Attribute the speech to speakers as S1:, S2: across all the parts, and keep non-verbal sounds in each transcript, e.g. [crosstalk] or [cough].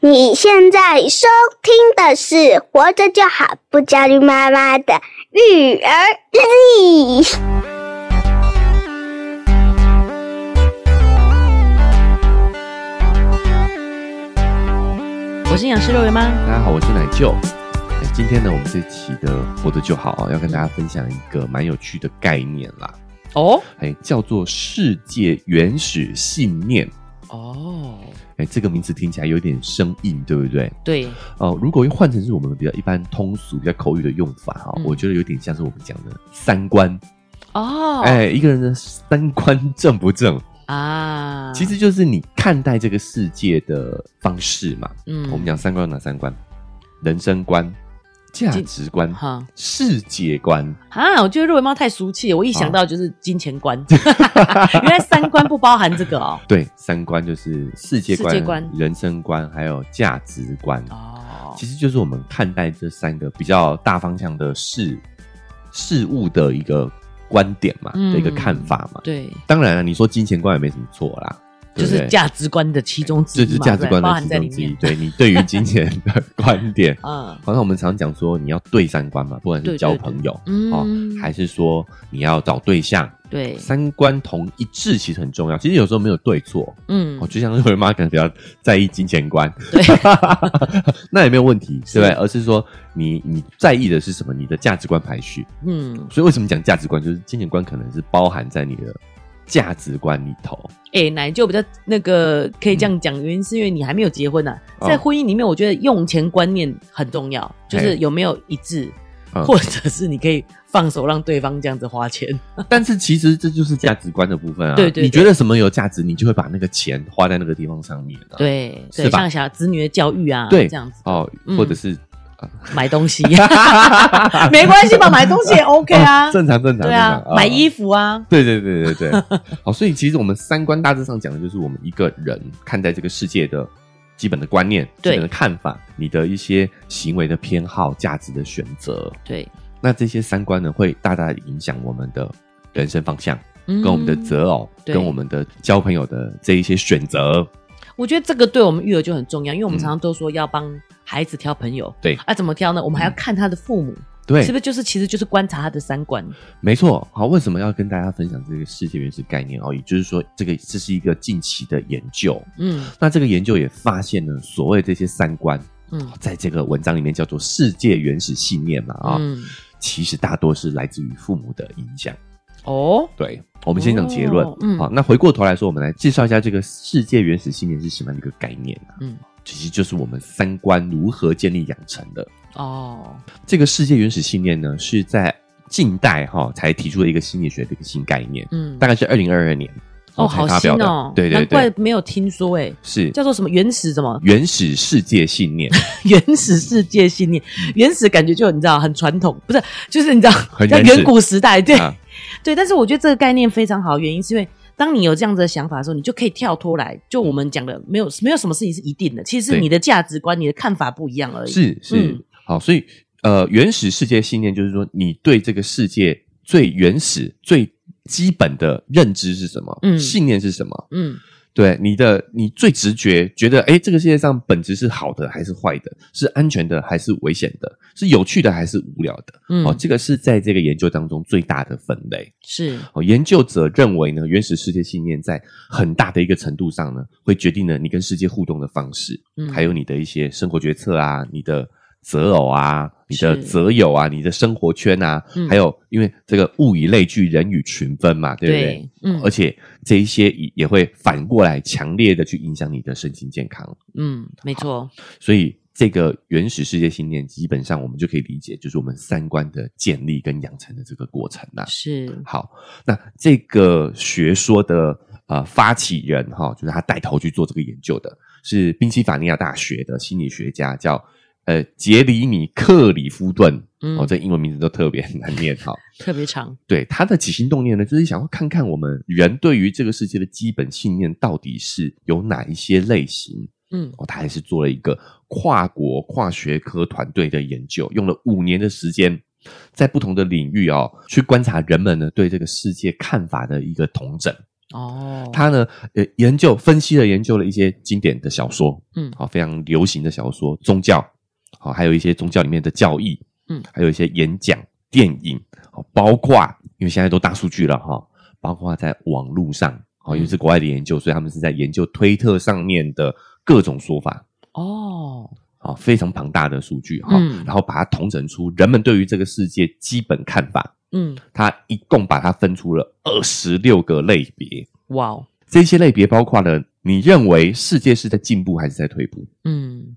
S1: 你现在收听的是《活着就好，不焦虑妈妈的育儿日记》。
S2: 我是营养师肉圆妈，
S3: 大家好，我是奶舅。哎今天呢，我们这期的活得就好啊，要跟大家分享一个蛮有趣的概念啦，
S2: 哦
S3: 哎，叫做世界原始信念。
S2: 哦，
S3: 哎，这个名词听起来有点生硬，对不对？
S2: 对，
S3: 哦，如果换成是我们比较一般通俗、比较口语的用法哈、
S2: 嗯
S3: 我觉得有点像是我们讲的三观。
S2: 哦，
S3: 哎，一个人的三观正不正，
S2: 啊，
S3: 其实就是你看待这个世界的方式嘛。
S2: 嗯
S3: 我们讲三观有哪三观？人生观、价
S2: 金
S3: 值观、
S2: 哈
S3: 世界观。
S2: 啊，我觉得肉圆妈太俗气了，我一想
S3: 啊
S2: 到就是金钱观， [laughs] 原来三观不包含这个哦，
S3: 对，三观就是世界观、
S2: 世界观
S3: 人生观，还有价值观。
S2: 哦，
S3: 其实就是我们看待这三个比较大方向的事事物的一个观点嘛，
S2: 嗯
S3: 的一个看法嘛。
S2: 对，
S3: 当然了、啊你说金钱观也没什么错啦，
S2: 就
S3: 对不对
S2: 是价值观的其中之
S3: 这
S2: 一
S3: 是
S2: 嘛
S3: 价值
S2: 对不对
S3: 观
S2: 包
S3: 的
S2: 含
S3: 其
S2: 在里
S3: 中之一
S2: 面。，
S3: 对你对于金钱的
S2: [laughs]
S3: 观点，
S2: 嗯
S3: 好像我们常讲说你要对三观嘛，不管
S2: 对
S3: 是
S2: 对
S3: 交
S2: 对
S3: 朋友。哦
S2: 嗯，，
S3: 还是说你要找对象，
S2: 对，
S3: 三观同一致其实很重要。其实有时候没有对错，
S2: 嗯
S3: 哦，，就像瑞文妈可能比较在意金钱观，
S2: 对，
S3: [laughs] 那也没有问题，
S2: 是
S3: 对不对？而是说你你在意的是什么？你的价值观排序。
S2: 嗯，
S3: 所以为什么讲价值观？就是金钱观可能是包含在你的价值观里
S2: [laughs]
S3: 头。
S2: 哎，奶就比较那个可以这样讲，原因是因为你还没有结婚呢，
S3: 嗯哦
S2: 在婚姻里面，我觉得用钱观念很重要，就是
S3: 哎
S2: 有没有一致，
S3: 嗯
S2: 或者是你可以放手让对方这样子花钱。
S3: 但是其实这就是价值观的部分啊。
S2: 对对对
S3: 你觉得什么有价值，你就会把那个钱花在那个地方上面、啊。
S2: 对对，
S3: 是吧
S2: 像小子女的教育啊，
S3: 对
S2: 这样子
S3: 哦
S2: 嗯，
S3: 或者是、
S2: 买东
S3: [laughs]
S2: 西，没关系吧？买东西也 OK 啊，
S3: 哦正常正常
S2: 嗯
S3: 哦
S2: 对啊
S3: 正常，
S2: 买衣
S3: 服。
S2: 服啊，
S3: 对对对对 [laughs] 对，好，所以其实我们三观大致上讲的就是我们一个人看待这个世界的基本的观念、基
S2: 对
S3: 本的看法、你的一些行为的偏好、价值的选择。
S2: 对，
S3: 那这些三观呢，会大大地影响我们的人生方向，
S2: 跟
S3: 跟我们的择偶，
S2: 嗯对
S3: 跟我们的交朋友的这一些选择。
S2: 嗯我觉得这个对我们育儿就很重要，因为我们
S3: 嗯
S2: 常常都说要帮孩子挑朋友，
S3: 对
S2: 啊，怎么挑呢？我们还要看他的父母
S3: 嗯对，
S2: 是不是就是其实就是观察他的三观，
S3: 没错。好，为什么要跟大家分享这个世界原始概念哦？也就是说，这个这是一个近期的研究。
S2: 嗯
S3: 那这个研究也发现呢，所谓这些三观，
S2: 嗯
S3: 在这个文章里面叫做世界原始信念嘛啊、
S2: 嗯
S3: 其实大多是来自于父母的影响。
S2: 哦，
S3: 对，我们先讲结论。
S2: 哦嗯
S3: 好，那回过头来说，我们来介绍一下这个世界原始信念是什么样的一个概念啊？
S2: 嗯
S3: 其实就是我们三观如何建立养成的。
S2: 哦，
S3: 这个世界原始信念呢，是在近代哈、才提出的一个心理学的一个新概念，
S2: 嗯
S3: 大概是二零二二年
S2: 哦，
S3: 才
S2: 好
S3: 发
S2: 新
S3: 表的。
S2: 哦，
S3: 对对
S2: 难怪
S3: 对，
S2: 没有听说哎，
S3: 是
S2: 叫做什么原始什么 [laughs]
S3: 原始世界信念，
S2: 原始世界信念，原始感觉就你知道很传统，不是就是你知道
S3: [laughs] 很
S2: 在
S3: 原始
S2: 远古时代，对、
S3: 啊
S2: 对。但是我觉得这个概念非常好，原因是因为当你有这样子的想法的时候，你就可以跳脱来，就我们讲的没有没有什么事情是一定的，其实是
S3: 对
S2: 你的价值观、你的看法不一样而已。
S3: 是是、
S2: 嗯
S3: 好，所以呃，原始世界信念就是说，你对这个世界最原始、最基本的认知是什么？
S2: 嗯
S3: 信念是什么？
S2: 嗯
S3: 对你的，你最直觉觉得，哎，这个世界上本质是好的还是坏的，是安全的还是危险的，是有趣的还是无聊的？
S2: 嗯，
S3: 哦，这个是在这个研究当中最大的分类。
S2: 是
S3: 哦，研究者认为呢，原始世界信念在很大的一个程度上呢，会决定了你跟世界互动的方式，
S2: 嗯
S3: 还有你的一些生活决策啊，你的择偶啊，你的
S2: 是
S3: 择友啊，你的生活圈啊，
S2: 嗯
S3: 还有因为这个物以类聚，人以群分嘛，对不对？
S2: 嗯
S3: 而且这一些也也会反过来强烈的去影响你的身心健康，
S2: 嗯，没错，
S3: 所以这个原始世界信念，基本上我们就可以理解，就是我们三观的建立跟养成的这个过程啦、
S2: 是
S3: 好，那这个学说的呃发起人哈、就是他带头去做这个研究的，是宾夕法尼亚大学的心理学家，叫呃杰里米克里夫顿。
S2: 嗯
S3: 哦，这英文名字都特别 [laughs] 难念。好，
S2: 特别长，
S3: 对他的起心动念呢，就是想要看看我们人对于这个世界的基本信念到底是有哪一些类型。
S2: 嗯
S3: 哦，他还是做了一个跨国跨学科团队的研究，用了五年的时间，在不同的领域哦，去观察人们呢对这个世界看法的一个统整。
S2: 哦，
S3: 他呢，呃，研究分析了研究了一些经典的小说，
S2: 嗯
S3: 好、非常流行的小说，宗教，好、还有一些宗教里面的教义，
S2: 嗯
S3: 还有一些演讲、电影，好、包括因为现在都大数据了哈、包括在网络上，好、
S2: 嗯
S3: 因为是国外的研究，所以他们是在研究推特上面的各种说法，
S2: 哦，
S3: 好、非常庞大的数据哈、
S2: 嗯
S3: 然后把它统整出人们对于这个世界基本看法，
S2: 嗯，
S3: 它一共把它分出了二十六个类别，
S2: 哇哦，
S3: 这些类别包括了你认为世界是在进步还是在退步？
S2: 嗯，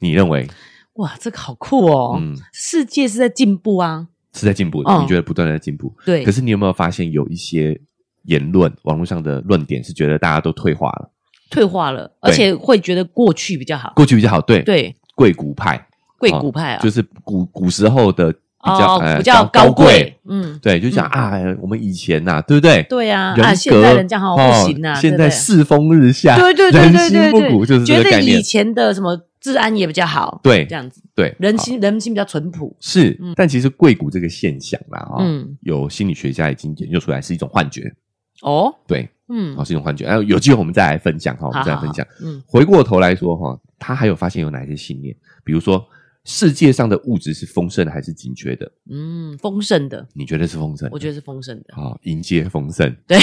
S3: 你认为
S2: 哇，这个好酷哦！
S3: 嗯
S2: 世界是在进步啊，
S3: 是在进步的，
S2: 哦
S3: 你觉得不断的在进步。
S2: 对，
S3: 可是你有没有发现有一些言论，网络上的论点是觉得大家都退化了，
S2: 退化了，
S3: 对
S2: 而且会觉得过去比较好。
S3: 过去比较好？对，
S2: 对，
S3: 贵古派，
S2: 贵古派啊，
S3: 哦就是古古时候的比较、
S2: 哦，
S3: 呃
S2: 比较
S3: 高
S2: 贵，，嗯，
S3: 对，就讲、
S2: 嗯
S3: 啊，我们以前呐、对不对？
S2: 对啊，
S3: 人
S2: 啊，
S3: 格
S2: 现在人家好像不行啊，
S3: 哦
S2: 对
S3: 现
S2: 不
S3: 在
S2: 对
S3: 世风日下，
S2: 对对对对
S3: 人心
S2: 对
S3: 不
S2: 对，
S3: 古，就是这
S2: 觉
S3: 个概
S2: 得
S3: 念
S2: 以。前的什么治安也比较好，
S3: 对哦
S2: 这样子，
S3: 对，
S2: 人
S3: 好
S2: 心人心比较淳朴，
S3: 是
S2: 嗯，
S3: 但其实贵骨这个现象啦，哈、
S2: 嗯，
S3: 有心理学家已经研究出来是一种幻觉，
S2: 哦，
S3: 对，
S2: 嗯
S3: 好、，是一种幻觉。然后有机会我们再来分享哈，我
S2: 好
S3: 们再来
S2: 好
S3: 分享。
S2: 好嗯，
S3: 回过头来说哈，他还有发现有哪些信念，比如说世界上的物质是丰盛的还是紧缺的？
S2: 嗯，丰盛的，
S3: 你觉得是丰盛的？
S2: 我觉得是丰盛
S3: [laughs]
S2: 的， [laughs]
S3: 好、迎接丰盛，
S2: 对，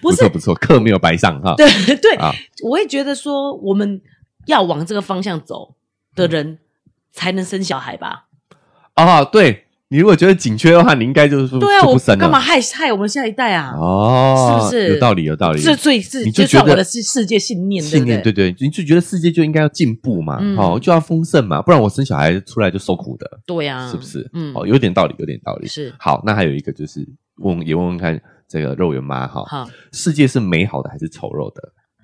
S2: 不是
S3: 错不错，课没有白上哈。
S2: 对对
S3: 啊，
S2: 我会觉得说我们要往这个方向走的
S3: 嗯
S2: 人才能生小孩吧？
S3: 哦，对你如果觉得紧缺的话，你应该就是
S2: 对啊，
S3: 就
S2: 我
S3: 不生了
S2: 干嘛害害我们下一代啊？
S3: 哦，
S2: 是不是
S3: 有道理，有道理。
S2: 这最是
S3: 你就
S2: 算
S3: 觉得
S2: 我的世世界信念，对
S3: 信
S2: 不
S3: 念
S2: 对？
S3: 对，你就觉得世界就应该要进步嘛，
S2: 嗯
S3: 哦，就要丰盛嘛，不然我生小孩出来就受苦的，
S2: 对啊，
S3: 是不是？
S2: 嗯，
S3: 哦，有点道理，有点道理。
S2: 是
S3: 好，那还有一个就是问，也问问看这个肉圆妈哈，
S2: 好，
S3: 世界是美好的还是丑陋的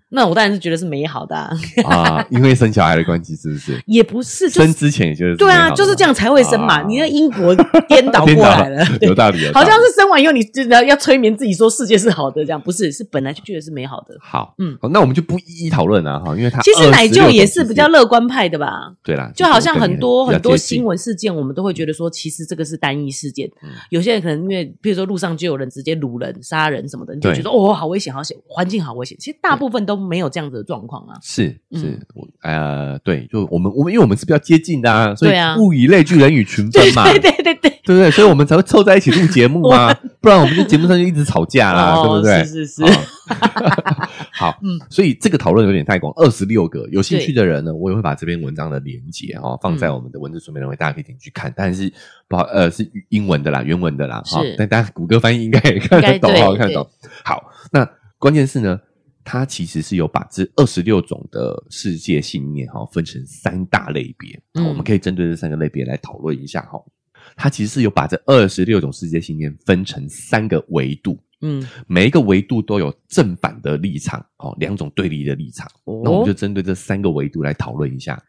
S2: 那我当然是觉得是美好的啊， [laughs]
S3: 啊？ [laughs] 因为生小孩的关系，是不是？
S2: 也不是， [laughs] 就
S3: 生
S2: 是
S3: 之前也就是
S2: 对
S3: 美好
S2: 啊，
S3: 的
S2: 就是这样才会生嘛。
S3: 啊
S2: 你的因果颠倒过
S3: 嘛，颠倒
S2: 来了，对
S3: [laughs] 有道理，有道
S2: 好
S3: 理
S2: 像是生完以后你真的要催眠自己说世界是好的，这样不是？是本来就觉得是美好的。
S3: 好，
S2: 嗯
S3: 嗯，那我们就不一一讨论了哈，因为他
S2: 其实奶舅也是比较乐观派的吧？
S3: 对啦，
S2: 就好像很多
S3: 比较
S2: 很多
S3: 接近
S2: 新，闻事件，我们都会觉得说，其实这个是单一事件
S3: 嗯。
S2: 有些人可能因为，比如说路上就有人直接掳人、杀人什么的，你就
S3: 对
S2: 觉得哦，好危险，好险，环境好危险。其实大部分都没有这样子的状况
S3: [laughs]
S2: 啊。
S3: 是
S2: 嗯
S3: 是，我呃，对，就我们我们因为我们是比较接近的啊，所以
S2: 对啊
S3: 物以类聚，人以群分
S2: 对
S3: 嘛，
S2: [laughs] 对对对对，
S3: 对不对？所以我们才会凑在一起录节
S2: [laughs]
S3: 目啊，不然我们就节目上就一直吵架啦，对不
S2: 哦，
S3: 对？
S2: 是是是， [laughs]
S3: 啊好，
S2: 嗯
S3: 所以这个讨论有点太广，二十六个有兴趣的人呢，我也会把这篇文章的连接
S2: 嗯
S3: 哦放在我们的文字说明栏位，大家可以点去看。但是不好，呃，是英文的啦，原文的啦，哈
S2: 是
S3: 但大家谷歌翻译应该也看得懂，
S2: 应该对
S3: 哈看得懂。好，那关键是呢，它其实是有把这二十六种的世界信念哈、分成三大类别，哦
S2: 嗯
S3: 好我们可以针对这三个类别来讨论一下哈、它其实是有把这二十六种世界信念分成三个维度，
S2: 嗯，
S3: 每一个维度都有正反的立场，哦，两种对立的立场。
S2: 哦
S3: 那我们就针对这三个维度来讨论一下。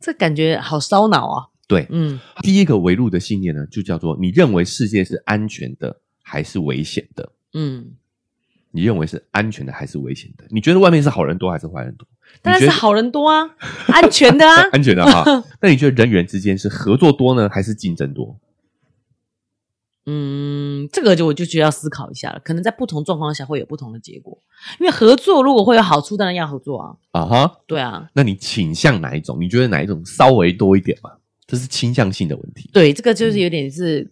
S2: 这感觉好烧脑啊。
S3: 对，
S2: 嗯
S3: 第一个维度的信念呢，就叫做你认为世界是安全的还是危险的？
S2: 嗯，
S3: 你认为是安全的还是危险的？你觉得外面是好人多还是坏人多？
S2: 当然是
S3: 你觉得
S2: 好人多
S3: [laughs]。
S2: 啊，安全的啊
S3: 安全
S2: [laughs]
S3: 的哈。那你觉得人员之间是合作多呢，还是竞争多？
S2: 嗯，这个就我就觉得要思考一下了，可能在不同状况下会有不同的结果。因为合作如果会有好处，当然要合作啊。
S3: 啊哈，
S2: 对啊，
S3: 那你倾向哪一种？你觉得哪一种稍微多一点嘛？这是倾向性的问题。
S2: 对，这个就是有点是、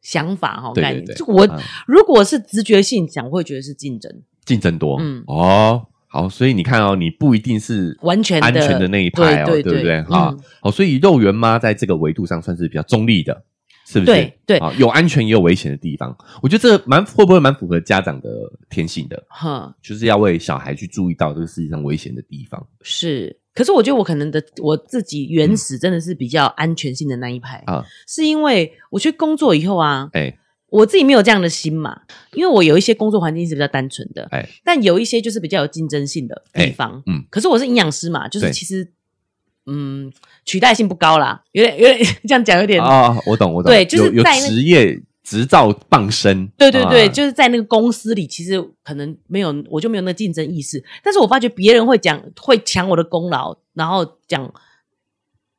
S2: 想法哈、
S3: 嗯对
S2: 概
S3: 对
S2: 念。
S3: 对
S2: 就我、
S3: 啊
S2: 如果是直觉性想，我会觉得是竞争，
S3: 竞争多，
S2: 嗯
S3: 嗯，哦，好，所以你看哦，你不一定是
S2: 完全的
S3: 安全的那一派哦，
S2: 对对
S3: 不对？
S2: 对
S3: 哈、
S2: 嗯
S3: 好，所以肉圆妈在这个维度上算是比较中立的，是不是？
S2: 对对
S3: 啊，有安全也有危险的地方，我觉得这个蛮会不会蛮符合家长的呃天性的，
S2: 哈，
S3: 就是要为小孩去注意到这个世界上危险的地方
S2: 是。可是我觉得我可能的我自己
S3: 嗯
S2: 原始真的是比较安全性的那一派，
S3: 啊，
S2: 是因为我去工作以后啊，
S3: 哎、
S2: 我自己没有这样的心嘛，因为我有一些工作环境是比较单纯的，
S3: 哎
S2: 但有一些就是比较有竞争性的地方。
S3: 嗯，
S2: 可是我是营养师嘛，就是
S3: 对
S2: 其实嗯取代性不高啦，有点有点 [laughs] 这样讲有点、
S3: 啊，我懂我懂，
S2: 对就是
S3: 有有
S2: 在那
S3: 职业执照傍身，
S2: 对对对，
S3: 啊
S2: 就是在那个公司里，其实可能没有我就没有那个竞争意识，但是我发觉别人会讲会抢我的功劳，然后讲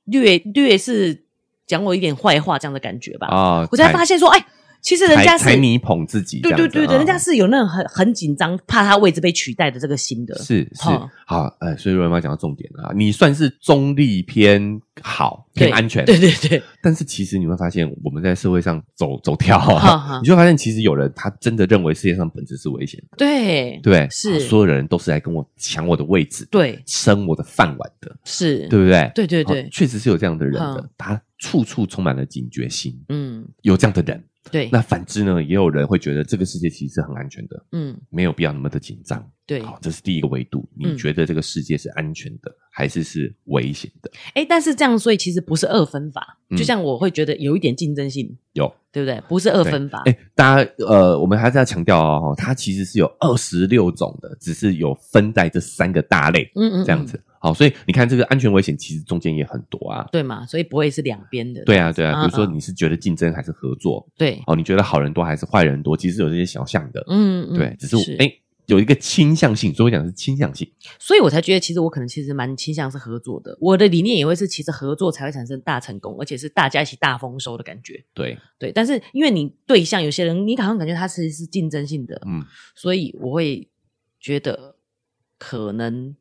S2: 略略是讲我一点坏话这样的感觉吧。
S3: 啊，
S2: 我才发现说，哎，其实人家是
S3: 才才你捧自己这
S2: 对
S3: 样子，
S2: 对对对，
S3: 啊
S2: 人家是有那种很很紧张，怕他位置被取代的这个心的。
S3: 是是
S2: 哦
S3: 好，呃，所以瑞妈讲到重点了啊，你算是中立偏好
S2: 对
S3: 偏安全，
S2: 对对对，
S3: 但是其实你会发现，我们在社会上走走跳啊、
S2: 哈哈
S3: 你就会发现其实有人他真的认为世界上本质是危险的，
S2: 对
S3: 对不对，
S2: 是
S3: 所有人都是来跟我抢我的位置，
S2: 对
S3: 争我的饭碗的，
S2: 是，
S3: 对不对？
S2: 对对
S3: 好
S2: 对，
S3: 确实是有这样的人的
S2: 嗯，
S3: 他处处充满了警觉心，
S2: 嗯，
S3: 有这样的人。
S2: 对，
S3: 那反之呢，也有人会觉得这个世界其实是很安全的，
S2: 嗯
S3: 没有必要那么的紧张。
S2: 对。
S3: 好，这是第一个维度，你
S2: 嗯
S3: 觉得这个世界是安全的，还是是危险的？
S2: 哎，但是这样，所以其实不是二分法，
S3: 嗯
S2: 就像我会觉得有一点竞争性，
S3: 有
S2: 对不对？不是二分法，
S3: 哎，大家呃，我们还是要强调哦，它其实是有二十六种的，只是有分在这三个大类
S2: 嗯嗯，
S3: 这样
S2: 嗯，
S3: 子。好，所以你看这个安全危险其实中间也很多啊。
S2: 对嘛？所以不会是两边的，
S3: 对啊，对啊，
S2: 嗯
S3: 比如说
S2: 嗯
S3: 你是觉得竞争还是合作？
S2: 对，
S3: 哦，你觉得好人多还是坏人多？其实有这些小项的，
S2: 嗯，嗯
S3: 对，只是哎、有一个倾向性，所以我讲的是倾向性。
S2: 所以我才觉得，其实我可能其实蛮倾向是合作的。我的理念也会是，其实合作才会产生大成功，而且是大家一起大丰收的感觉。
S3: 对，
S2: 对，但是因为你对象有些人，你好像感觉他其实是竞争性的，
S3: 嗯，
S2: 所以我会觉得可能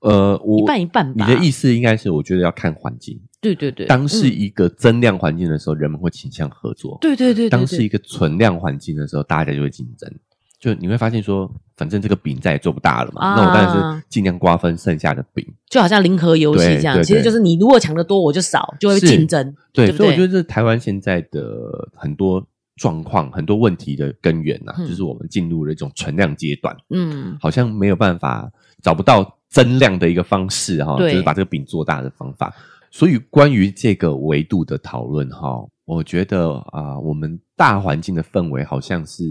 S3: 呃，我
S2: 一半一半
S3: 你
S2: 吧。
S3: 的意
S2: 思？
S3: 思应该是，我觉得要看环境。
S2: 对对对，
S3: 当是
S2: 嗯
S3: 一个增量环境的时候，人们会倾向合作；
S2: 对对对对
S3: 当是一
S2: 对，
S3: 个存量环境的时候，大家就会竞争。就你会发现说，反正这个饼再也做不大了嘛，
S2: 啊
S3: 那我当然是尽量瓜分剩下的饼。
S2: 就好像零和游戏
S3: 对
S2: 这样
S3: 对，对
S2: 其实就是你如果抢的多，我就少，就会
S3: 是
S2: 竞争。
S3: 对，
S2: 对不
S3: 所以我
S2: 对
S3: 觉得这是台湾现在的很多状况、很多问题的根源呐、
S2: 嗯
S3: 就是我们进入了一种存量阶段，
S2: 嗯，
S3: 好像没有办法找不到增量的一个方式哈、就
S2: 对
S3: 是把这个饼做大的方法。所以关于这个维度的讨论哈、我觉得啊、我们大环境的氛围好像是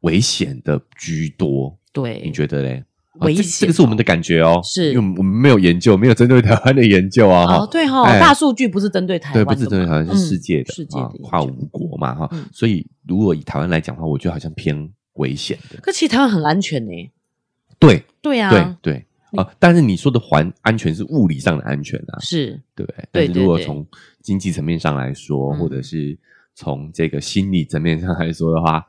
S3: 危险的居多，
S2: 对，
S3: 你觉得嘞？啊
S2: 危
S3: 这
S2: 险
S3: 这个是我们的感觉哦，
S2: 是
S3: 因为我们我们没有研究，没有针对台湾的研究啊，哈、
S2: 哦，对哈，
S3: 哎
S2: 大数据不是针对台
S3: [laughs] 对，
S2: 湾的嘛，
S3: 不止针对台湾，是
S2: 嗯
S3: 世界的，
S2: 世界
S3: 啊
S2: 的，
S3: 跨
S2: 影
S3: 五
S2: 响
S3: 国嘛哈、
S2: 嗯
S3: 所以如果以台湾来讲的话，我觉得好像偏危险的。
S2: 可其实台湾很安全呢、
S3: 对
S2: 对啊，
S3: 对对啊，但是你说的环安全是物理上的安全啊，
S2: 是，
S3: 对不对？
S2: 对
S3: 但是
S2: 对
S3: 如果
S2: 对
S3: 从经济层面上来说，
S2: 嗯
S3: 或者是从这个心理层面上来说的话，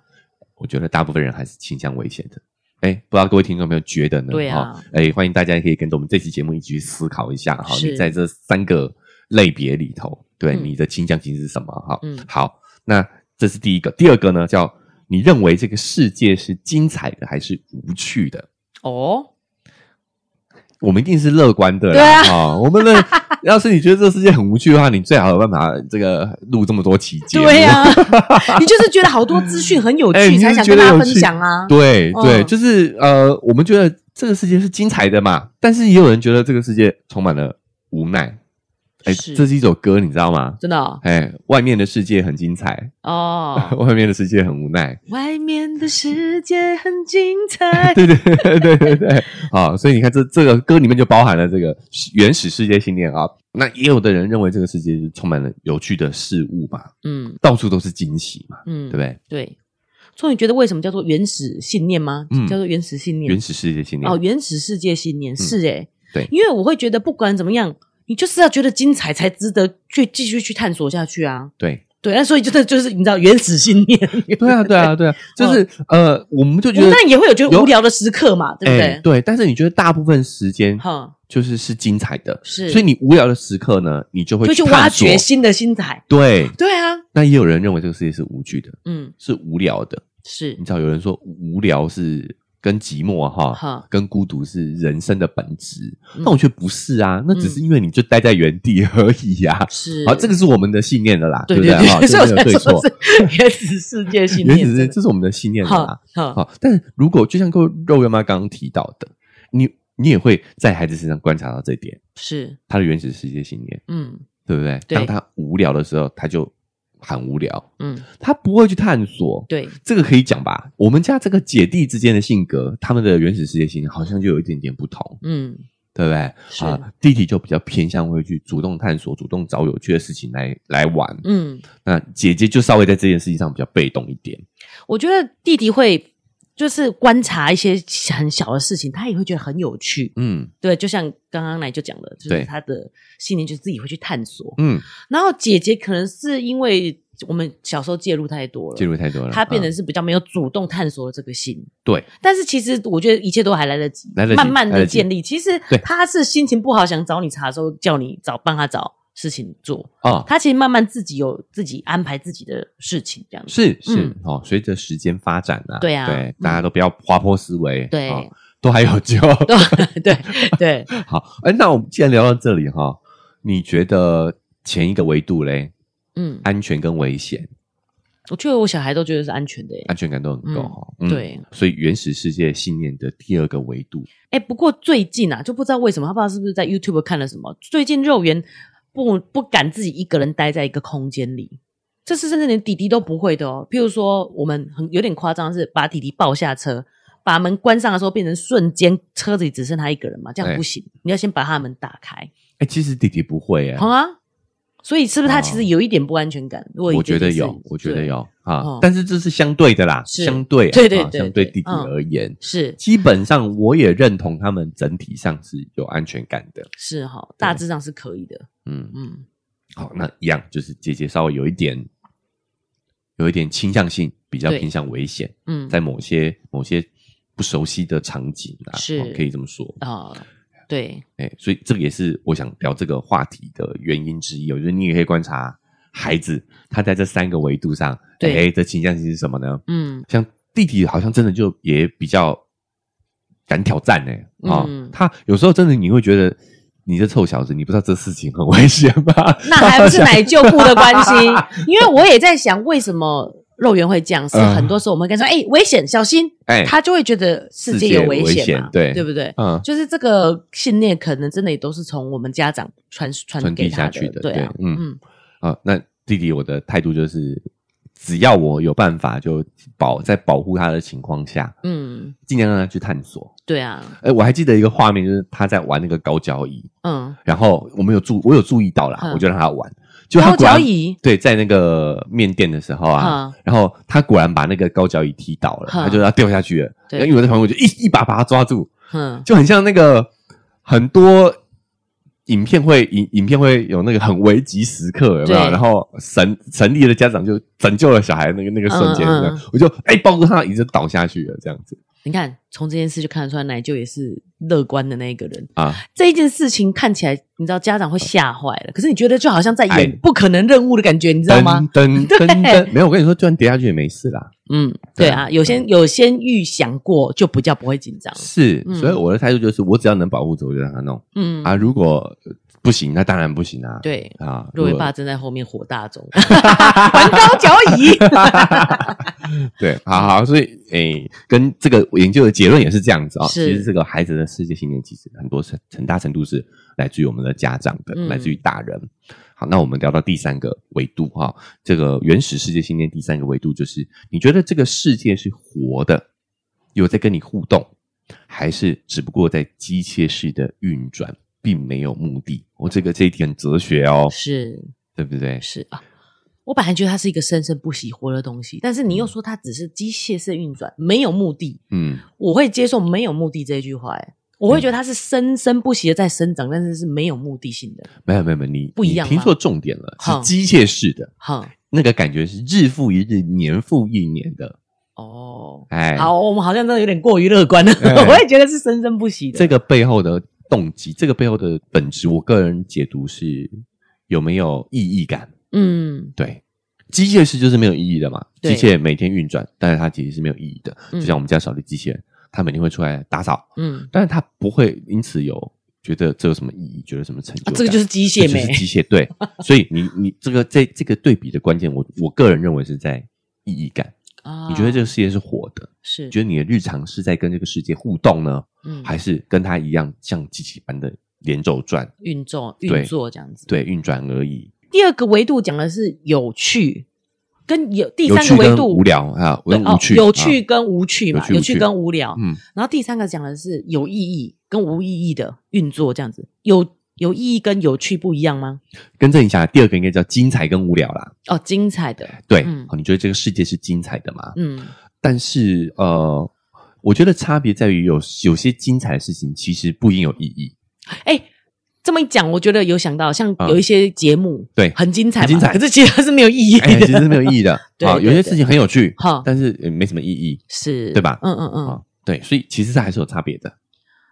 S3: 我觉得大部分人还是倾向危险的。哎，不知道各位听众有没有觉得呢？
S2: 对啊
S3: 哈哎、欢迎大家可以跟着我们这期节目一起去思考一下哈。
S2: 是
S3: 你在这三个类别里头，对、
S2: 嗯
S3: 你的倾向性是什么？哈，
S2: 嗯
S3: 好，那这是第一个，第二个呢，叫你认为这个世界是精彩的还是无趣的？
S2: 哦，
S3: 我们一定是乐观的啦，
S2: 对啊
S3: 哦
S2: [laughs]
S3: 我们的要是你觉得这个世界很无趣的话，你最好有办法这个录这么多期节目。
S2: 对啊
S3: [laughs]
S2: 呀、你就是觉得好多资讯很有趣，
S3: 哎你就是
S2: 才想
S3: 觉
S2: 跟
S3: 得
S2: 大家
S3: 有
S2: 分
S3: 趣
S2: 享
S3: [laughs]
S2: 啊。
S3: 对
S2: 嗯
S3: 对，就是呃，我们觉得这个世界是精彩的嘛，但是也有人觉得这个世界充满了无奈。哎，
S2: 是
S3: 这是一首歌，你知道吗？
S2: 真的
S3: [laughs]
S2: 哦
S3: 哎，外面的世界很精彩，
S2: 哦，
S3: [laughs] 外面的世界很无奈。 [laughs]
S2: 外面的世界很精彩。
S3: 对对对对对对，好，所以你看这这个歌里面就包含了这个原始世界信念啊。那也有的人认为这个世界是充满了有趣的事物嘛，
S2: 嗯
S3: 到处都是惊喜嘛，
S2: 嗯，
S3: 对不对？
S2: 对。所以你觉得为什么叫做原始信念吗？
S3: 嗯
S2: 叫做原始信念。
S3: 原始世界信念，嗯
S2: 哦，原始世界信念、是诶、
S3: 对
S2: 因为我会觉得不管怎么样，你就是要觉得精彩才值得去继续去探索下去啊。 [laughs]
S3: 对，
S2: 对，那所以真的就是你知道原始信
S3: [laughs]
S2: 念，
S3: 对啊，对啊，对啊，就是呃，我们就觉
S2: 我
S3: 得
S2: 们，但也会有觉得
S3: 有
S2: 哦无聊的时刻嘛，对不
S3: 哎，
S2: 对？
S3: 对，但是你觉得大部分时间
S2: 哈、
S3: 就是是精彩的，
S2: 是
S3: 所以你无聊的时刻呢，你就会
S2: 就去
S3: 探
S2: 挖掘
S3: 索
S2: 新的新彩。
S3: 对，
S2: 对啊，
S3: 那也有人认为这个世界是无趣的，
S2: 嗯，
S3: 是无聊的。
S2: 是
S3: 你知道有人说无聊是跟寂寞啊哈
S2: 哈，
S3: 跟孤独是人生的本质，
S2: 嗯
S3: 那我觉得不是啊，那只是因为你就待在原地而已呀、啊。
S2: 是。
S3: 好，这个是我们的信念的啦，
S2: 对
S3: 不
S2: 对
S3: 哈，
S2: 所以我
S3: 这
S2: 才
S3: 没有对
S2: 说
S3: 错，
S2: 是原始世界信念。
S3: 原始
S2: 真的
S3: 是这是我们的信念的啦
S2: 好。好，
S3: 好，但是如果就像各位肉圆妈刚刚提到的，你你也会在孩子身上观察到这一点，
S2: 是
S3: 他的原始世界信念，
S2: 嗯
S3: 对不对？
S2: 对
S3: 当他无聊的时候，他就很无聊，
S2: 嗯，
S3: 他不会去探索，
S2: 对，
S3: 这个可以讲吧？我们家这个姐弟之间的性格，他们的原始世界性好像就有一点点不同，
S2: 嗯
S3: 对不对？
S2: 是
S3: 啊，弟弟就比较偏向会去主动探索、主动找有趣的事情来来玩，
S2: 嗯，
S3: 那姐姐就稍微在这件事情上比较被动一点。
S2: 我觉得弟弟会就是观察一些很小的事情，他也会觉得很有趣。
S3: 嗯
S2: 对，就像刚刚奶就讲了，就
S3: 对
S2: 是他的信念就是自己会去探索。
S3: 嗯，
S2: 然后姐姐可能是因为我们小时候介入太多了，
S3: 介入太多了，
S2: 他变
S3: 嗯
S2: 成是比较没有主动探索的这个心。
S3: 对，
S2: 但是其实我觉得一切都还来得及，
S3: 来得及
S2: 慢慢的
S3: 来得及
S2: 建立。其实
S3: 对
S2: 他是心情不好想找你茬的时候，叫你找帮他找事情做。
S3: 哦，
S2: 他其实慢慢自己有自己安排自己的事情，这样
S3: [laughs]
S2: 子。
S3: 是是、
S2: 嗯
S3: 哦，随着时间发展啊，
S2: 对啊
S3: 对
S2: 嗯，
S3: 大家都不要滑坡思维，
S2: 对
S3: 哦都还有救。
S2: 对对对，
S3: 好，哎，那我们既然聊到这里哈、你觉得前一个维度嘞，
S2: 嗯，
S3: 安全跟危险，
S2: 我觉得我小孩都觉得是安全的耶。
S3: 安全感都很够哈、
S2: 嗯
S3: 嗯
S2: 对，
S3: 所以原始世界信念的第二个维度，
S2: 哎，不过最近啊，就不知道为什么，他不知道是不是在 YouTube 看了什么，最近肉圆不不敢自己一个人待在一个空间里。这是甚至连弟弟都不会的哦。譬如说，我们很有点夸张，是把弟弟抱下车，把门关上的时候，变成瞬间车子里只剩他一个人嘛，这样
S3: 对
S2: 不行。你要先把他的门打开，
S3: 哎，其实弟弟不会哎、
S2: 好啊。所以是不是他
S3: 哦
S2: 其实有一点不安全感？如果以
S3: 我觉
S2: 这
S3: 得
S2: 件事
S3: 有，我觉得，
S2: 对
S3: 有啊、
S2: 哦
S3: 但是这是相对的啦，
S2: 是
S3: 相对啊、
S2: 对对
S3: 啊
S2: 对
S3: 相对
S2: 对
S3: 弟弟
S2: 嗯
S3: 而言。
S2: 是
S3: 基本上，我也认同他们整体上是有安全感的。
S2: 是哈，大致上是可以的。
S3: 嗯，
S2: 嗯，
S3: 好，那一样就是姐姐稍微有一点，有一点倾向性，比较
S2: 对
S3: 偏向危险，
S2: 嗯
S3: 在某些某些不熟悉的场景啊，
S2: 是
S3: 哦可以这么说。
S2: 啊、对，
S3: 哎、所以这个也是我想聊这个话题的原因之一哦。我觉得你也可以观察孩子，他在这三个维度上，哎、
S2: 对
S3: 这倾向性是什么呢？
S2: 嗯
S3: 像弟弟好像真的就也比较敢挑战哎、哦
S2: 嗯
S3: 他有时候真的你会觉得。你这臭小子，你不知道这事情很危险吗？
S2: 那还
S3: [laughs]
S2: 不是
S3: 想
S2: 奶舅父的关系？
S3: [laughs]
S2: 因为我也在想，为什么肉圆会这样？是
S3: 嗯
S2: 很多时候我们会跟他说：“哎、危险，小心！”
S3: 哎
S2: 他就会觉得世界
S3: 世界
S2: 有
S3: 有
S2: 危
S3: 危
S2: 险嘛
S3: 险，对
S2: 对不对？
S3: 嗯，
S2: 就是这个信念，可能真的也都是从我们家长传传
S3: 传
S2: 给
S3: 递
S2: 他
S3: 下去的
S2: 对啊，
S3: 对嗯
S2: 嗯
S3: 啊，那弟弟我的态度就是，只要我有办法，就保在保护他的情况下，
S2: 嗯，
S3: 尽量让他去探索。
S2: 对啊，
S3: 哎、我还记得一个画面，就是他在玩那个高脚椅，
S2: 嗯，
S3: 然后我们有注我有注意到啦，
S2: 嗯
S3: 我就让他玩，就他
S2: 高
S3: 果然
S2: 脚椅，
S3: 对，在那个面店的时候啊，
S2: 嗯
S3: 然后他果然把那个高脚椅踢倒了，
S2: 嗯
S3: 他就要掉下去了。
S2: 对
S3: 然后因为我在旁边，我就一一把把他抓住，
S2: 嗯，
S3: 就很像那个很多影片会影影片会有那个很危急时刻，有没有？
S2: 对
S3: 然后神神力的家长就拯救了小孩那个那个瞬间，
S2: 嗯嗯
S3: 这样我就哎、抱住他，已经倒下去了，这样子
S2: 你看从这件事就看得出来，奶舅也是乐观的那一个人。
S3: 啊，
S2: 这一件事情看起来，你知道家长会吓坏了，可是你觉得就好像在
S3: 哎
S2: 演不可能任务的感觉，你知道吗？
S3: 噔
S2: [laughs]
S3: 噔噔噔，没有，我跟你说，就算跌下去也没事啦。
S2: 嗯，对
S3: 对啊
S2: 啊，有先有先预想过，就比较不会紧张。
S3: 是，
S2: 嗯
S3: 所以我的态度就是，我只要能保护着，我就让他弄
S2: 嗯，
S3: 啊。如果不行，那当然不行啊。
S2: 对。
S3: 啊，
S2: 若
S3: 如
S2: 维
S3: 果
S2: 爸正在后面火大
S3: [laughs]
S2: 中，玩高脚椅。
S3: 对，好好，所以诶、跟这个研究的结论也是这样子啊、
S2: 是
S3: 其实这个孩子的世界信念，其实很多是很大程度是来自于我们的家长的，
S2: 嗯
S3: 来自于大人。好，那我们聊到第三个维度哈、这个原始世界信念第三个维度就是，你觉得这个世界是活的，有在跟你互动，还是只不过在机械式的运转，并没有目的？我、这个这一题很哲学哦，
S2: 是
S3: 对不对？
S2: 是啊，我本来觉得它是一个生生不息活的东西，但是你又说它只是机械式运转，没有目的，
S3: 嗯，
S2: 我会接受没有目的这一句话、欸。我会觉得它是生生不息的在生长，但是是没有目的性的。
S3: 没有没有没有，你
S2: 不一
S3: 你
S2: 样
S3: 听
S2: 吗
S3: 错重点了，是
S2: 哼
S3: 机械式的。
S2: 哼，
S3: 那个感觉是日复一日、年复一年的。
S2: 哦，
S3: 哎，
S2: 好，我们好像真的有点过于乐观了。
S3: 哎
S2: [laughs] 我也觉得是生生不息的。
S3: 这个背后的动机，这个背后的本质，我个人解读是有没有意义感？
S2: 嗯，
S3: 对，机械式就是没有意义的嘛，
S2: 对
S3: 机械每天运转，但是它其实是没有意义的。
S2: 嗯
S3: 就像我们家扫地机器人，它每天会出来打扫，
S2: 嗯，
S3: 但是它不会因此有觉得这有什么意义，觉得什么成就
S2: 啊
S3: 感、
S2: 这个就是机
S3: 这
S2: 械
S3: 就
S2: 美
S3: 是。机械
S2: [laughs]
S3: 对，所以你你这个这这个对比的关键，我我个人认为是在意义感。
S2: 啊
S3: 你觉得这个世界是活的？
S2: 是
S3: 你觉得你的日常是在跟这个世界互动呢，
S2: 嗯
S3: 还是跟它一样像机器般的连轴转，
S2: 运作
S3: 对
S2: 运作这样子？。
S3: 对，运转而已？
S2: 第二个维度讲的是有趣，跟有第
S3: 有
S2: 三
S3: 趣
S2: 个维
S3: 跟
S2: 度
S3: 无聊啊，
S2: 对
S3: 跟
S2: 哦
S3: 无趣，
S2: 有
S3: 啊
S2: 趣跟无趣嘛，
S3: 有趣无
S2: 有
S3: 趣
S2: 趣跟无聊。
S3: 嗯，
S2: 然后第三个讲的是有意义跟无意义的运作这样子，有有意义跟有趣不一样吗？
S3: 更正一下，第二个应该叫精彩跟无聊啦。
S2: 哦，精彩的，
S3: 对，
S2: 嗯
S3: 好，你觉得这个世界是精彩的吗？
S2: 嗯
S3: 但是呃，我觉得差别在于有有些精彩的事情其实不一定有意义。
S2: 哎，这么一讲，我觉得有想到，像有一些节目，
S3: 嗯对
S2: 很精彩嘛，
S3: 很精彩
S2: 可是其实它是没有意义
S3: 哎，其实
S2: 的，
S3: 是没有意义的。
S2: [laughs] 对
S3: 好，
S2: 对
S3: 有些事情很有趣，
S2: 好
S3: 但是呃没什么意义。
S2: 是，
S3: 对吧
S2: 嗯嗯嗯，
S3: 啊，对，所以其实这还是有差别的，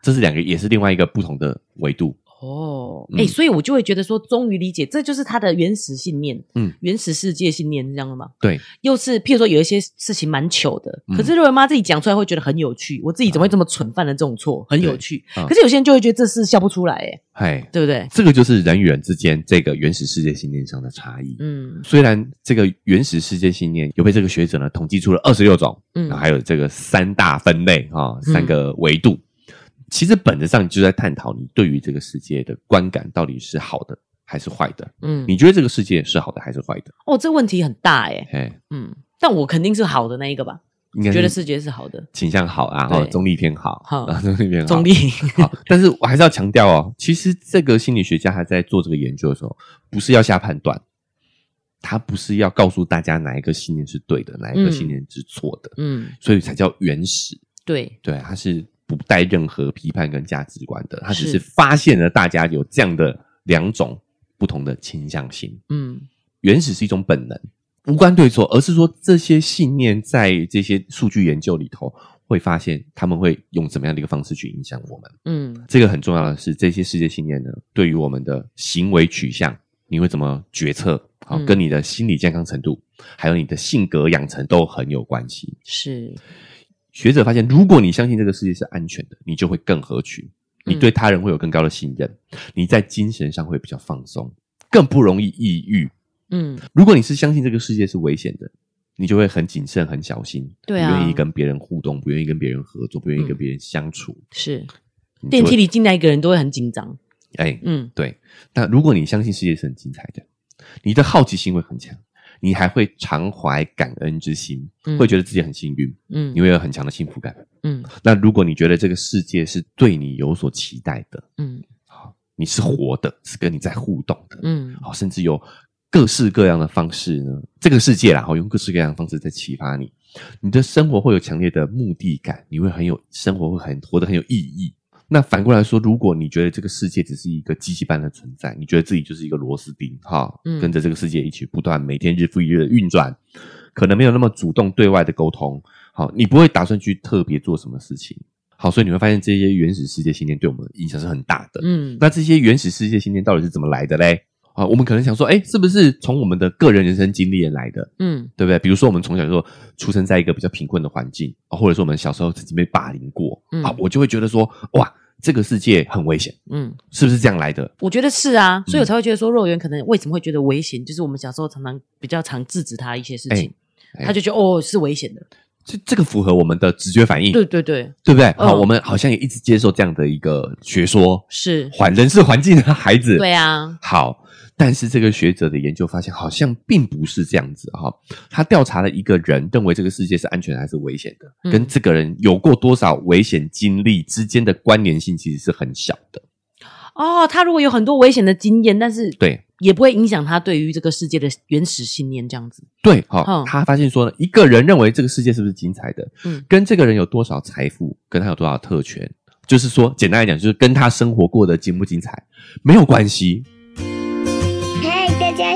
S3: 这是两个，也是另外一个不同的维度。
S2: 哦，
S3: 嗯
S2: 哎、所以我就会觉得说，终于理解，这就是他的原始信念，
S3: 嗯
S2: 嗯，原始世界信念是这样的嘛。
S3: 对，
S2: 又是譬如说有一些事情蛮糗的，
S3: 嗯啊
S2: 可是瑞文妈自己讲出来会觉得很有趣，我自己怎么会这么蠢犯了这种错，很有趣。
S3: 对嗯
S2: 可是有些人就会觉得这事笑不出来，哎，
S3: 哎，
S2: 对不对？
S3: 这个就是人与人之间这个原始世界信念上的差异。
S2: 嗯
S3: 虽然这个原始世界信念有被这个学者呢统计出了二十六种，
S2: 嗯
S3: 然后还有这个三大分类哈、
S2: 嗯
S3: 三个维度。其实本质上就在探讨你对于这个世界的观感到底是好的还是坏的，
S2: 嗯，
S3: 你觉得这个世界是好的还是坏的？
S2: 哦，这问题很大哎，
S3: 哎，
S2: 嗯，但我肯定是好的那一个吧，
S3: 应该
S2: 觉得世界是好的，
S3: 倾向好啊，哈，
S2: 对
S3: 中立偏好，
S2: 好
S3: 啊 [laughs] 中立偏好，
S2: 中立。 [laughs]
S3: 好，但是我还是要强调哦，其实这个心理学家他在做这个研究的时候，不是要下判断，他不是要告诉大家哪一个信念是对的，哪一个
S2: 嗯
S3: 信念是错的，
S2: 嗯，
S3: 所以才叫原始。
S2: 对，
S3: 对，他是不带任何批判跟价值观的，他只
S2: 是
S3: 是发现了大家有这样的两种不同的倾向性。
S2: 嗯
S3: 原始是一种本能，无关对错，而是说这些信念在这些数据研究里头会发现，他们会用怎么样的一个方式去影响我们。
S2: 嗯
S3: 这个很重要的是，这些世界信念呢，对于我们的行为取向，你会怎么决策？好、
S2: 嗯
S3: 跟你的心理健康程度，还有你的性格养成都很有关系。
S2: 是，
S3: 学者发现，如果你相信这个世界是安全的，你就会更合群，
S2: 嗯
S3: 你对他人会有更高的信任，你在精神上会比较放松，更不容易抑郁。
S2: 嗯
S3: 如果你是相信这个世界是危险的，你就会很谨慎、很小心，
S2: 对啊
S3: 不愿意跟别人互动，不愿意跟别人合作，不愿意跟
S2: 嗯
S3: 别人相处。
S2: 是，
S3: 你就
S2: 电
S3: 会
S2: 梯里进来一个人都会很紧张，
S3: 哎、
S2: 嗯
S3: 对，那如果你相信世界是很精彩的，你的好奇心会很强，你还会常怀感恩之心，
S2: 嗯
S3: 会觉得自己很幸运，
S2: 嗯
S3: 你会有很强的幸福感。
S2: 嗯
S3: 那如果你觉得这个世界是对你有所期待的，
S2: 嗯
S3: 好，你是活的，是跟你在互动的，
S2: 嗯
S3: 好，甚至有各式各样的方式呢，这个世界啦，好，用各式各样的方式在启发你，你的生活会有强烈的目的感，你会很有生活会很活得很有意义。那反过来说，如果你觉得这个世界只是一个机器般的存在，你觉得自己就是一个螺丝钉，哈，
S2: 嗯
S3: 跟着这个世界一起不断每天日复一日的运转，可能没有那么主动对外的沟通，好，你不会打算去特别做什么事情，好，所以你会发现这些原始世界信念对我们的影响是很大的。
S2: 嗯，
S3: 那这些原始世界信念到底是怎么来的嘞？啊，我们可能想说，哎，是不是从我们的个人人生经历而来的，
S2: 嗯
S3: 对不对？比如说，我们从小就出生在一个比较贫困的环境，啊，或者说我们小时候曾经被霸凌过，
S2: 嗯
S3: 啊，我就会觉得说，哇，这个世界很危险，
S2: 嗯，
S3: 是不是这样来的？
S2: 我觉得是啊，
S3: 嗯
S2: 所以我才会觉得说，肉圆可能为什么会觉得危险，就是我们小时候常常比较常制止他一些事情，
S3: 哎哎
S2: 他就觉得哦是危险的，
S3: 这这个符合我们的直觉反应，
S2: 对对对，
S3: 对不对？好，
S2: 嗯
S3: 我们好像也一直接受这样的一个学说，
S2: 是，
S3: 环人是环境的孩子，
S2: 对啊，
S3: 好，但是这个学者的研究发现，好像并不是这样子哈、他调查了一个人认为这个世界是安全还是危险的，
S2: 嗯
S3: 跟这个人有过多少危险经历之间的关联性其实是很小的。
S2: 哦，他如果有很多危险的经验，但是
S3: 对
S2: 也不会影响他对于这个世界的原始信念这样子，
S3: 对，好、
S2: 嗯
S3: 他发现说呢，一个人认为这个世界是不是精彩的，
S2: 嗯
S3: 跟这个人有多少财富，跟他有多少特权，就是说，简单来讲，就是跟他生活过得精不精彩没有关系。
S1: 嗨，大家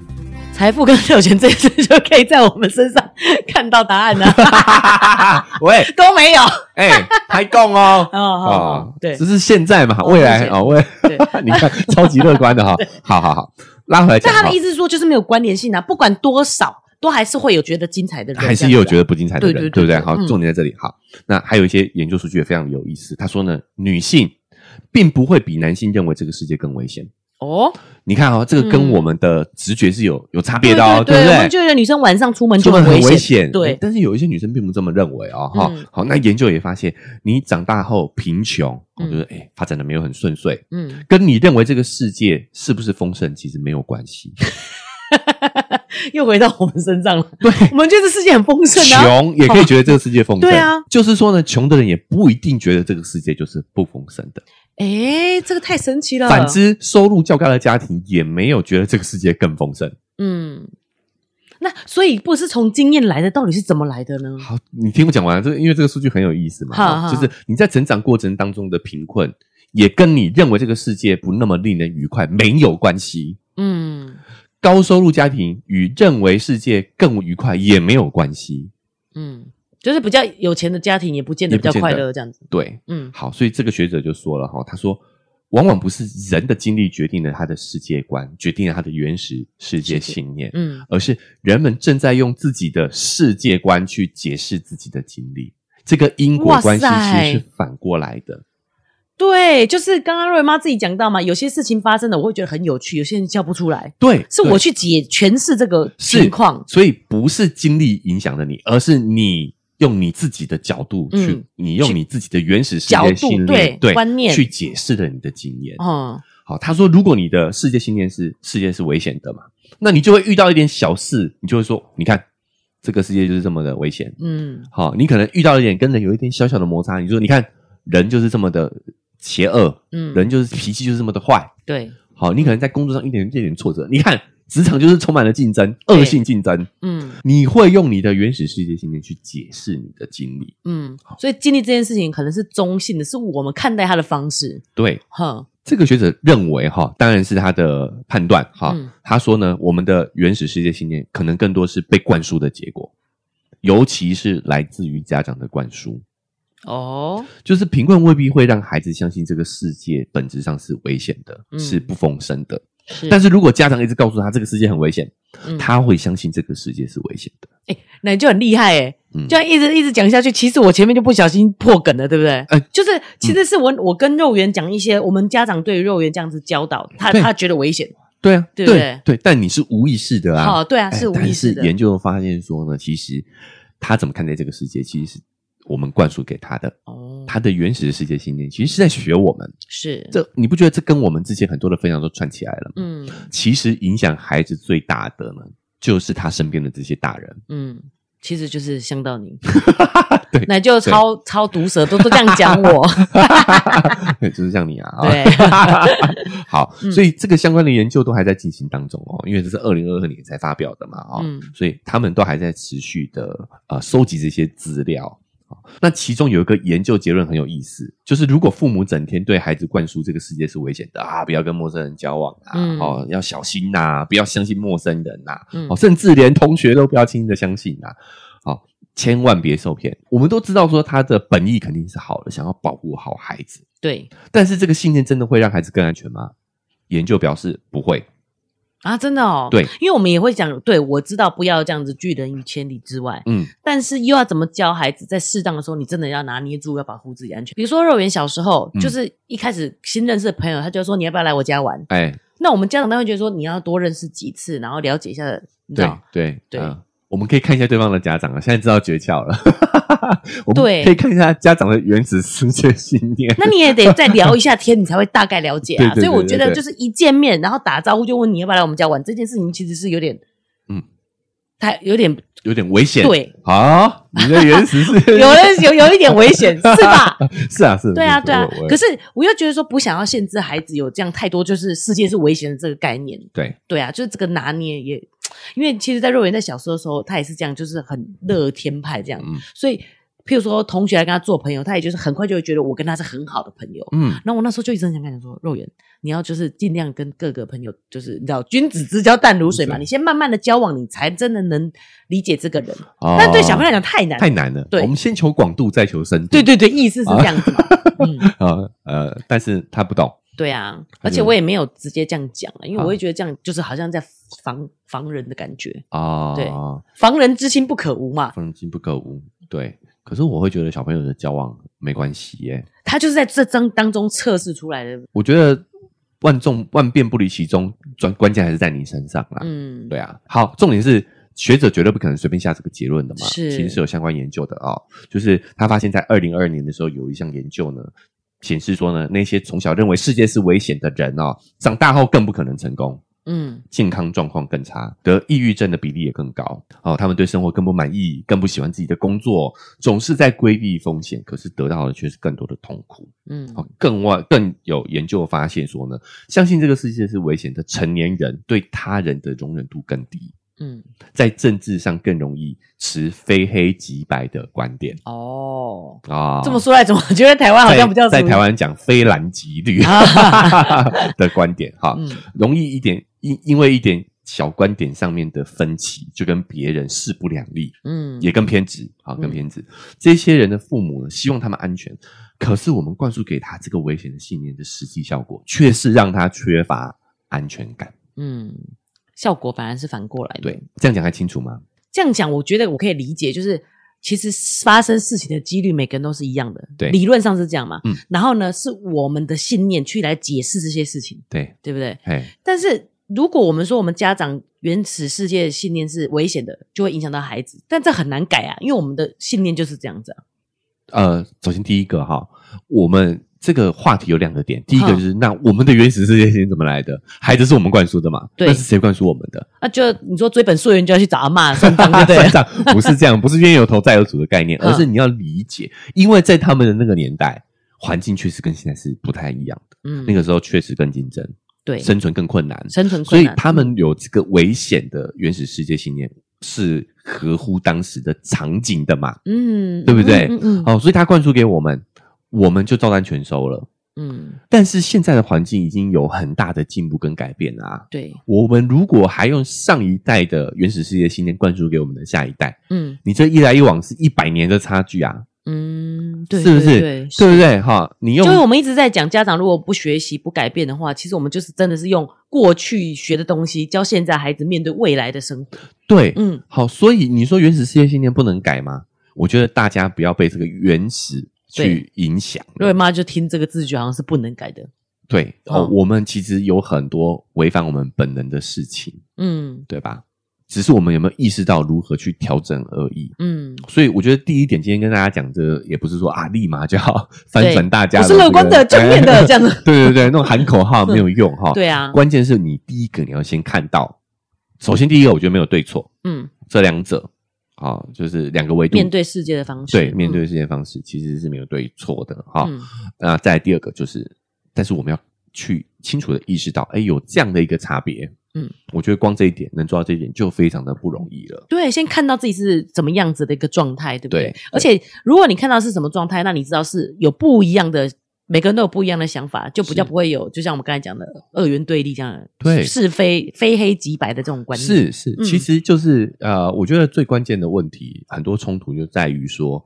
S2: 财富跟特权这件事就可以在我们身上看到答案了、
S3: [laughs] 喂，
S2: 都没有。
S3: 哎、还供 [laughs] 哦。
S2: [laughs] 哦，好
S3: 哦
S2: 好，对
S3: 这是现在嘛，
S2: 哦
S3: 未来
S2: 谢谢
S3: 哦，未来， [laughs]
S2: 对。
S3: 你看超级乐观
S2: [laughs]
S3: 的哈，好好好，拉回来讲
S2: 但他
S3: 哈
S2: 的意，思是说，就是没有关联性啊，不管多少，都还是会有觉得精彩的人，
S3: 还是也有觉
S2: 得
S3: 得不精彩的人，
S2: 对对
S3: 不对？
S2: 对对
S3: 好，
S2: 嗯
S3: 重点在这里。好，那还有一些研究数据也非常有意思，他说呢，女性并不会比男性认为这个世界更危险。
S2: 哦，
S3: 你看哦，这个跟
S2: 嗯
S3: 我们的直觉是有有差别的哦，
S2: 对
S3: 不
S2: 我
S3: 对
S2: 们？就觉得女生晚上出门就
S3: 出门很
S2: 危
S3: 险，诶
S2: 对，
S3: 但是有一些女生并不这么认为哦，哈、
S2: 嗯
S3: 好，那研究也发现，你长大后贫穷，我
S2: 嗯
S3: 觉得哎，发展的没有很顺遂，
S2: 嗯，
S3: 跟你认为这个世界是不是丰盛其实没有关系。
S2: 又回到我们身上了。
S3: 对，哦
S2: 我们觉得世界很丰盛啊，
S3: 穷也可以觉得这个世界丰盛。
S2: 对啊
S3: 就是说呢，穷的人也不一定觉得这个世界就是不丰盛的。
S2: 哎，这个太神奇了。
S3: 反，之，收入较高的家庭也没有觉得这个世界更丰盛。
S2: 嗯，那所以不是从经验来的，到底是怎么来的呢？
S3: 好，你听我讲完，这个因为这个数据很有意思嘛，
S2: 好
S3: 哈
S2: 好
S3: 就是你在成长过程当中的贫困，也跟你认为这个世界不那么令人愉快没有关系。
S2: 嗯
S3: 高收入家庭与认为世界更愉快也没有关系。
S2: 嗯，就是比较有钱的家庭也不见得
S3: 也
S2: 比
S3: 不见
S2: 较
S3: 得
S2: 快乐，这样子。
S3: 对，
S2: 嗯
S3: 好，所以这个学者就说了哈，他说，往往不是人的经历决定了他的世界观，决定了他的原始世界信念，
S2: 嗯
S3: 而是人们正在用自己的世界观去解释自己的经历。这个因果关系
S2: 哇塞
S3: 其实是反过来的，
S2: 对，就是刚刚瑞妈自己讲到嘛，有些事情发生了，我会觉得很有趣，有些人笑不出来，
S3: 对，
S2: 是
S3: 对
S2: 我去解诠释这个情况。
S3: 所以不是经历影响了你，而是你用你自己的角度去，
S2: 嗯
S3: 你用你自己的原始世
S2: 角
S3: 界
S2: 度
S3: 信
S2: 对
S3: 念对
S2: 观念
S3: 去解释了你的经验。
S2: 嗯
S3: 好，他说，如果你的世界信念是世界是危险的嘛，那你就会遇到一点小事，你就会说，你看这个世界就是这么的危险。
S2: 嗯
S3: 好，你可能遇到一点跟人有一点小小的摩擦，你就说，你看人就是这么的邪恶，
S2: 嗯，
S3: 人就是脾气就是这么的坏。
S2: 对，
S3: 好，你可能在工作上一点一点挫折，你看职场就是充满了竞争，
S2: 对
S3: 恶性竞争。
S2: 嗯
S3: 你会用你的原始世界信念去解释你的经历，
S2: 嗯，所以经历这件事情可能是中性的，是我们看待它的方式。
S3: 对，
S2: 哼，
S3: 这个学者认为哈，当然是他的判断哈。
S2: 嗯
S3: 他说呢，我们的原始世界信念可能更多是被灌输的结果，尤其是来自于家长的灌输。
S2: 哦，
S3: 就是贫困未必会让孩子相信这个世界本质上是危险的，
S2: 嗯
S3: 是不丰盛的。
S2: 是
S3: 但是如果家长一直告诉他这个世界很危险，
S2: 嗯
S3: 他会相信这个世界是危险的。
S2: 那你就很厉害哎、
S3: 嗯
S2: 这样一直一直讲下去，其实我前面就不小心破梗了，对不对？
S3: 哎
S2: 就是其实是我、我跟肉圆讲一些我们家长对于肉圆这样子教导，他
S3: 对
S2: 他觉得危险。
S3: 对啊，
S2: 对不
S3: 对对，但你是无意识的啊。
S2: 哦，对啊，
S3: 哎
S2: 是无
S3: 但
S2: 意识的
S3: 是。研究发现说呢，其实他怎么看待这个世界，其实是我们灌输给他的。
S2: 哦，
S3: 他的原始的世界信念，其实是在学我们。
S2: 是
S3: 这你不觉得这跟我们之前很多的分享都串起来了吗？
S2: 嗯
S3: 其实影响孩子最大的呢，就是他身边的这些
S2: [laughs]
S3: 大人。
S2: 嗯，其实就是香到你，
S3: [laughs] 对
S2: 那就超超毒舌，都都这样讲
S3: [laughs]
S2: 我。
S3: 对，就是像你啊。啊
S2: 对，
S3: [laughs] 好，
S2: 嗯
S3: 所以这个相关的研究都还在进行当中哦，因为这是二零二二年才发表的嘛，哦，
S2: 嗯
S3: 所以他们都还在持续的呃收集这些资料。哦那其中有一个研究结论很有意思，就是如果父母整天对孩子灌输这个世界是危险的啊，不要跟陌生人交往啊，
S2: 嗯
S3: 哦，要小心呐、不要相信陌生人呐、
S2: 嗯
S3: 哦，甚至连同学都不要轻易的相信呐、好、千万别受骗。我们都知道说他的本意肯定是好的，想要保护好孩子，
S2: 对
S3: 但是这个信念真的会让孩子更安全吗？研究表示不会。
S2: 啊，真的哦。
S3: 对，
S2: 因为我们也会讲，对我知道不要这样子拒人于千里之外，
S3: 嗯，
S2: 但是又要怎么教孩子，在适当的时候，你真的要拿捏住，要保护自己安全。比如说肉圆小时候，
S3: 嗯
S2: 就是一开始新认识的朋友，他就说你要不要来我家玩？
S3: 哎，
S2: 那我们家长当然会觉得说你要多认识几次，然后了解一下，你知
S3: 对
S2: 道？
S3: 对
S2: 对
S3: 嗯我们可以看一下对方的家长啊，现在知道诀窍
S2: [laughs]
S3: 了。我们
S2: 对
S3: 可以看一下家长的原始世界信
S2: [laughs]
S3: 念。
S2: 那你也得再聊一下天，你才会大概了解啊。
S3: [laughs] 对对对
S2: 所以我觉得
S3: 对对
S2: 就是一见面，然后打招呼就问你要不要来我们家玩，这件事情其实是有点，
S3: 嗯，
S2: 太有点
S3: 有点危险。，
S2: 对，
S3: 好，你的原始世界
S2: [laughs] 有人有有一点危险，是
S3: [laughs]
S2: 吧？
S3: 是啊，是啊
S2: 对啊，对啊
S3: 我我。
S2: 可是我又觉得说，不想要限制孩子有这样太多就是世界是危险的这个概念。
S3: 对，
S2: 对啊，就是这个拿捏也，因为其实，在肉圆在小时候的时候，他也是这样，就是很乐天派这样。
S3: 嗯
S2: 所以，譬如说同学来跟他做朋友，他也就是很快就会觉得我跟他是很好的朋友。
S3: 嗯，
S2: 然后我那时候就一直很想跟他说，肉圆，你要就是尽量跟各个朋友，就是你知道君子之交淡如水嘛，
S3: 对
S2: 你先慢慢的交往，你才真的能理解这个人。
S3: 哦
S2: [laughs] 但对小朋友来讲太难，
S3: 太哦难了。
S2: 对
S3: 我们先求广度，再求深度。
S2: 对对对，意思是这样子嘛。
S3: [laughs]
S2: 嗯，
S3: 啊， [laughs] 呃，但是他不懂。
S2: 对啊，而
S3: 他就
S2: 且我也没有直接这样讲了，因为
S3: 啊
S2: 我会觉得这样就是好像在防防人的感觉，
S3: 啊，
S2: 对防人之心不可无嘛。
S3: 放心不可无。对，可是我会觉得小朋友的交往没关系耶。
S2: 他就是在这张当中测试出来的。
S3: 我觉得万众万变不离其宗，关关键还是在你身上啦。
S2: 嗯，
S3: 对啊，好，重点是学者绝对不可能随便下这个结论的嘛，
S2: 是
S3: 其实是有相关研究的哦。就是他发现，在二零二二年的时候，有一项研究呢，啊显示说呢，那些从小认为世界是危险的人哦，长大后更不可能成功。
S2: 嗯
S3: 健康状况更差，得抑郁症的比例也更高。哦，他们对生活更不满意，更不喜欢自己的工作，总是在规避风险，可是得到的却是更多的痛苦。
S2: 嗯
S3: 哦，更外更有研究发现说呢，相信这个世界是危险的成年人对他人的容忍度更低，
S2: 嗯，
S3: 在政治上更容易持非黑即白的观点
S2: 哦，
S3: 啊。
S2: 这么说来，怎么觉得台湾好像比较
S3: 在在
S2: 属于
S3: 台湾讲非蓝即绿
S2: 啊
S3: [laughs]
S2: [laughs]
S3: 的观点哈，
S2: 嗯
S3: 容易一点因因为一点小观点上面的分歧，就跟别人势不两立，
S2: 嗯
S3: 也更偏执啊，更偏执。这些人的父母呢，希望他们安全，可是我们灌输给他这个危险的信念的实际效果，却是让他缺乏安全感。
S2: 嗯，效果反而是反过来的。
S3: 对，这样讲还清楚吗？
S2: 这样讲，我觉得我可以理解，就是其实发生事情的几率，每个人都是一样的，
S3: 对
S2: 理论上是这样嘛。
S3: 嗯
S2: 然后呢，是我们的信念去来解释这些事情，
S3: 对，
S2: 对不对？
S3: 哎，
S2: 但是如果我们说我们家长原始世界的信念是危险的，就会影响到孩子，但这很难改啊，因为我们的信念就是这样子、啊。
S3: 呃，首先第一个哈，我们。这个话题有两个点，第一个就是那我们的原始世界线怎么来的？孩子是我们灌输的嘛？
S2: 对
S3: 那是谁灌输我们
S2: [laughs]
S3: 的？
S2: 那啊就你说追本溯源，就要去找阿
S3: [laughs]
S2: 嬷算账，对不对
S3: 算？账不是这样，不是冤有头债有主的概念，
S2: 嗯
S3: 而是你要理解，因为在他们的那个年代，环境确实跟现在是不太一样的。
S2: 嗯，
S3: 那个时候确实更竞争，
S2: 对
S3: 生存更困难，
S2: 生存
S3: 所
S2: 困
S3: 以
S2: 难，
S3: 他们有这个危险的原始世界信念是合乎当时的场景的嘛？
S2: 嗯，
S3: 对不对
S2: 嗯嗯
S3: 哦，所以他灌输给我们，我们就照单全收了。
S2: 嗯，
S3: 但是现在的环境已经有很大的进步跟改变啦、啊。
S2: 对，
S3: 我们如果还用上一代的原始世界信念灌输给我们的下一代，
S2: 嗯
S3: 你这一来一往是一百年的差距啊，
S2: 嗯，对，
S3: 是不是？
S2: 对
S3: 对不对？哈，你用
S2: 就是我们一直在讲，家长如果不学习、不改变的话，其实我们就是真的是用过去学的东西教现在孩子面对未来的生活。
S3: 对，
S2: 嗯
S3: 好，所以你说原始世界信念不能改吗？我觉得大家不要被这个原始去影响了。
S2: 瑞妈就听这个字，觉得好像是不能改的。
S3: 对哦，
S2: 嗯
S3: 我们其实有很多违反我们本能的事情，
S2: 嗯
S3: 对吧？只是我们有没有意识到如何去调整而已。
S2: 嗯，
S3: 所以我觉得第一点，今天跟大家讲这也不是说啊，立马就要 [laughs] 翻转大家
S2: 我
S3: 的
S2: 是
S3: 这个、哦
S2: 乐观的、正面
S3: [laughs]
S2: 的这样子。
S3: 对对对，那种喊口号没有用
S2: [laughs]
S3: 哈。
S2: 对啊，
S3: 关键是你第一个你要先看到，首先第一个我觉得没有对错，
S2: 嗯，
S3: 这两者啊、就是两个维度
S2: 面对世界的方式，
S3: 对面对世界方式其实是没有对错的哈。
S2: 嗯嗯，嗯
S3: 那再来第二个就是，但是我们要去清楚的意识到，哎，有这样的一个差别。
S2: 嗯，
S3: 我觉得光这一点能做到这一点就非常的不容易了。
S2: 对，先看到自己是怎么样子的一个状态，对不对？
S3: 对
S2: 而且如果你看到是什么状态，那你知道是有不一样的，每个人都有不一样的想法，就比较
S3: 是
S2: 不会有，就像我们刚才讲的二元对立这样的，
S3: 对
S2: 是非非黑即白的这种观念。
S3: 是是，
S2: 嗯
S3: 其实就是呃，我觉得最关键的问题，很多冲突就在于说，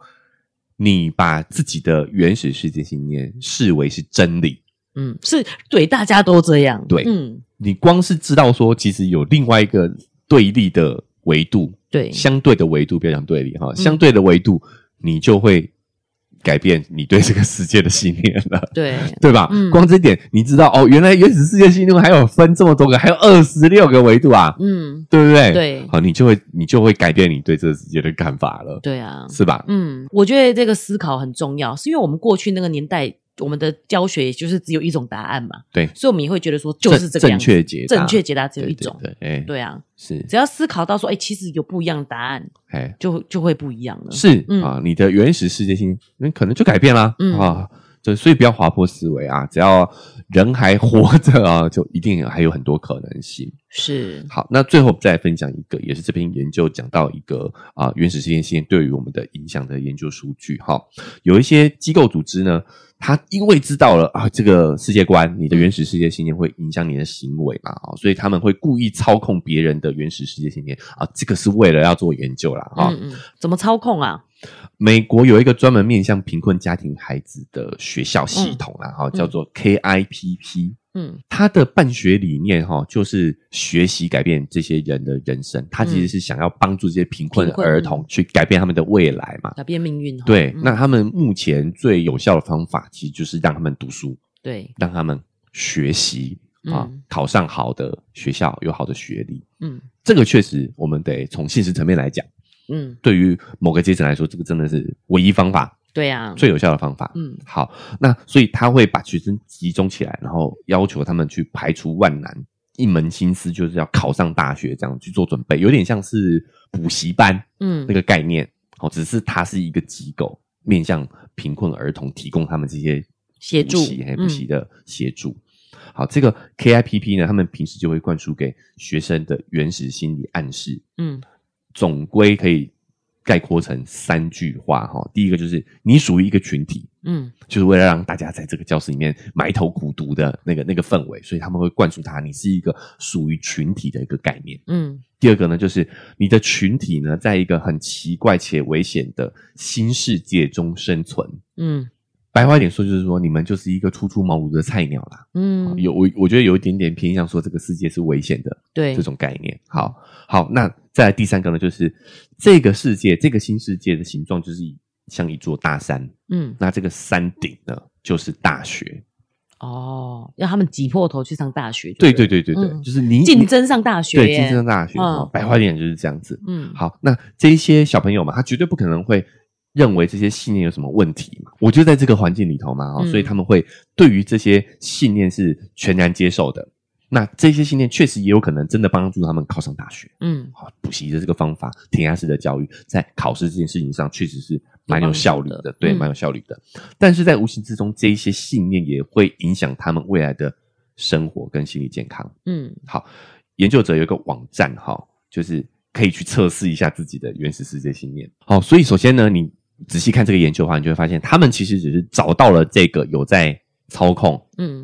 S3: 你把自己的原始世界信念视为是真理，
S2: 嗯，是对，大家都这样，
S3: 对
S2: 嗯，
S3: 你光是知道说，其实有另外一个对立的维度，
S2: 对，
S3: 相对的维度，不要讲对立
S2: 嗯
S3: 哈，相对的维度，你就会改变你对这个世界的信念
S2: [laughs]
S3: 了。
S2: 对，
S3: 对吧？
S2: 嗯
S3: 光这点你知道哦，原来原始世界信念还有分这么多个，还有二十六个维度啊，
S2: 嗯，
S3: 对不对？
S2: 对
S3: 好，你就会你就会改变你对这个世界的看法了，
S2: 对啊，
S3: 是吧？
S2: 嗯，我觉得这个思考很重要，是因为我们过去那个年代，我们的教学也就是只有一种答案嘛，
S3: 对
S2: 所以我们也会觉得说就是这个
S3: 正
S2: 样子
S3: 正确解答，
S2: 正确解答只有
S3: 对
S2: 一种，
S3: 对，对哎，
S2: 对啊，
S3: 是，
S2: 只要思考到说，哎、其实有不一样的答案，
S3: 哎，
S2: 就就会不一样了。
S3: 是
S2: 嗯
S3: 啊，你的原始世界信念那可能就改变啦
S2: 嗯
S3: 啊。就所以不要滑坡思维啊！只要人还活着啊， [laughs] 就一定还有很多可能性。
S2: 是，
S3: 好，那最后再分享一个，也是这篇研究讲到一个啊、原始实验线对于我们的影响的研究数据。哈，有一些机构组织呢，它因为知道了啊这个世界观，你
S2: 嗯
S3: 的原始世界信念会影响你的行为嘛，啊、所以他们会故意操控别人的原始世界信念啊，这个是为了要做研究啦。啊哈、
S2: 嗯嗯，怎么操控啊？
S3: 美国有一个专门面向贫困家庭孩子的学校系统啦，哈、叫做 KIPP。
S2: 嗯
S3: 他的办学理念哈、就是学习改变这些人的人生，他其实是想要帮助这些贫困的
S2: 贫困
S3: 儿童去改变他们的未来嘛。
S2: 改变命运哦。
S3: 对，
S2: 嗯
S3: 那他们目前最有效的方法，其实就是让他们读书，
S2: 对，
S3: 让他们学习啊
S2: 嗯，
S3: 考上好的学校，有好的学历。
S2: 嗯
S3: 这个确实，我们得从现实层面来讲，
S2: 嗯，
S3: 对于某个阶层来说，这个真的是唯一方法，
S2: 对啊，
S3: 最有效的方法。
S2: 嗯
S3: 好，那所以他会把学生集中起来，然后要求他们去排除万难，一门心思就是要考上大学，这样去做准备，有点像是补习班
S2: 嗯
S3: 那个概念。好，只是它是一个机构，面向贫困儿童提供他们这些
S2: 协
S3: 补
S2: 助
S3: 习嘿补
S2: 嗯
S3: 习的协助。好，这个 KIPP 呢，他们平时就会灌输给学生的原始心理暗示，
S2: 嗯
S3: 总归可以概括成三句话哈。第一个就是你属于一个群体，
S2: 嗯
S3: 就是为了让大家在这个教室里面埋头苦读的那个那个氛围，所以他们会灌输他你是一个属于群体的一个概念。
S2: 嗯
S3: 第二个呢，就是你的群体呢，在一个很奇怪且危险的新世界中生存。
S2: 嗯
S3: 白话一点说，就是说你们就是一个初出茅庐的菜鸟啦。
S2: 嗯，
S3: 有我，我觉得有一点点偏向说这个世界是危险的，
S2: 对
S3: 这，种概念。好好，那再来第三个呢，就是这个世界，这个新世界的形状就是一像一座大山，
S2: 嗯
S3: 那这个山顶呢就是大学。
S2: 哦，要他们挤破头去上大学，
S3: 对
S2: 对
S3: 对对对对，
S2: 嗯
S3: 就是你
S2: 了，竞争上大学耶，
S3: 对竞争上大学，
S2: 嗯
S3: 哦白话一点就是这样子。
S2: 嗯，
S3: 好，那这一些小朋友嘛，他绝对不可能会认为这些信念有什么问题嘛。我就在这个环境里头嘛，哦，
S2: 嗯
S3: 所以他们会对于这些信念是全然接受的。那这些信念确实也有可能真的帮助他们考上大学。
S2: 嗯
S3: 好，补习的这个方法，填鸭式的教育，在考试这件事情上确实是蛮有效率
S2: 有
S3: 的，
S2: 帮助的
S3: 对，
S2: 嗯
S3: 蛮有效率的。但是在无形之中，这一些信念也会影响他们未来的生活跟心理健康。
S2: 嗯
S3: 好，研究者有一个网站哈，就是可以去测试一下自己的原始世界信念。好，所以首先呢，你仔细看这个研究的话，你就会发现，他们其实只是找到了这个有在操控
S2: 嗯，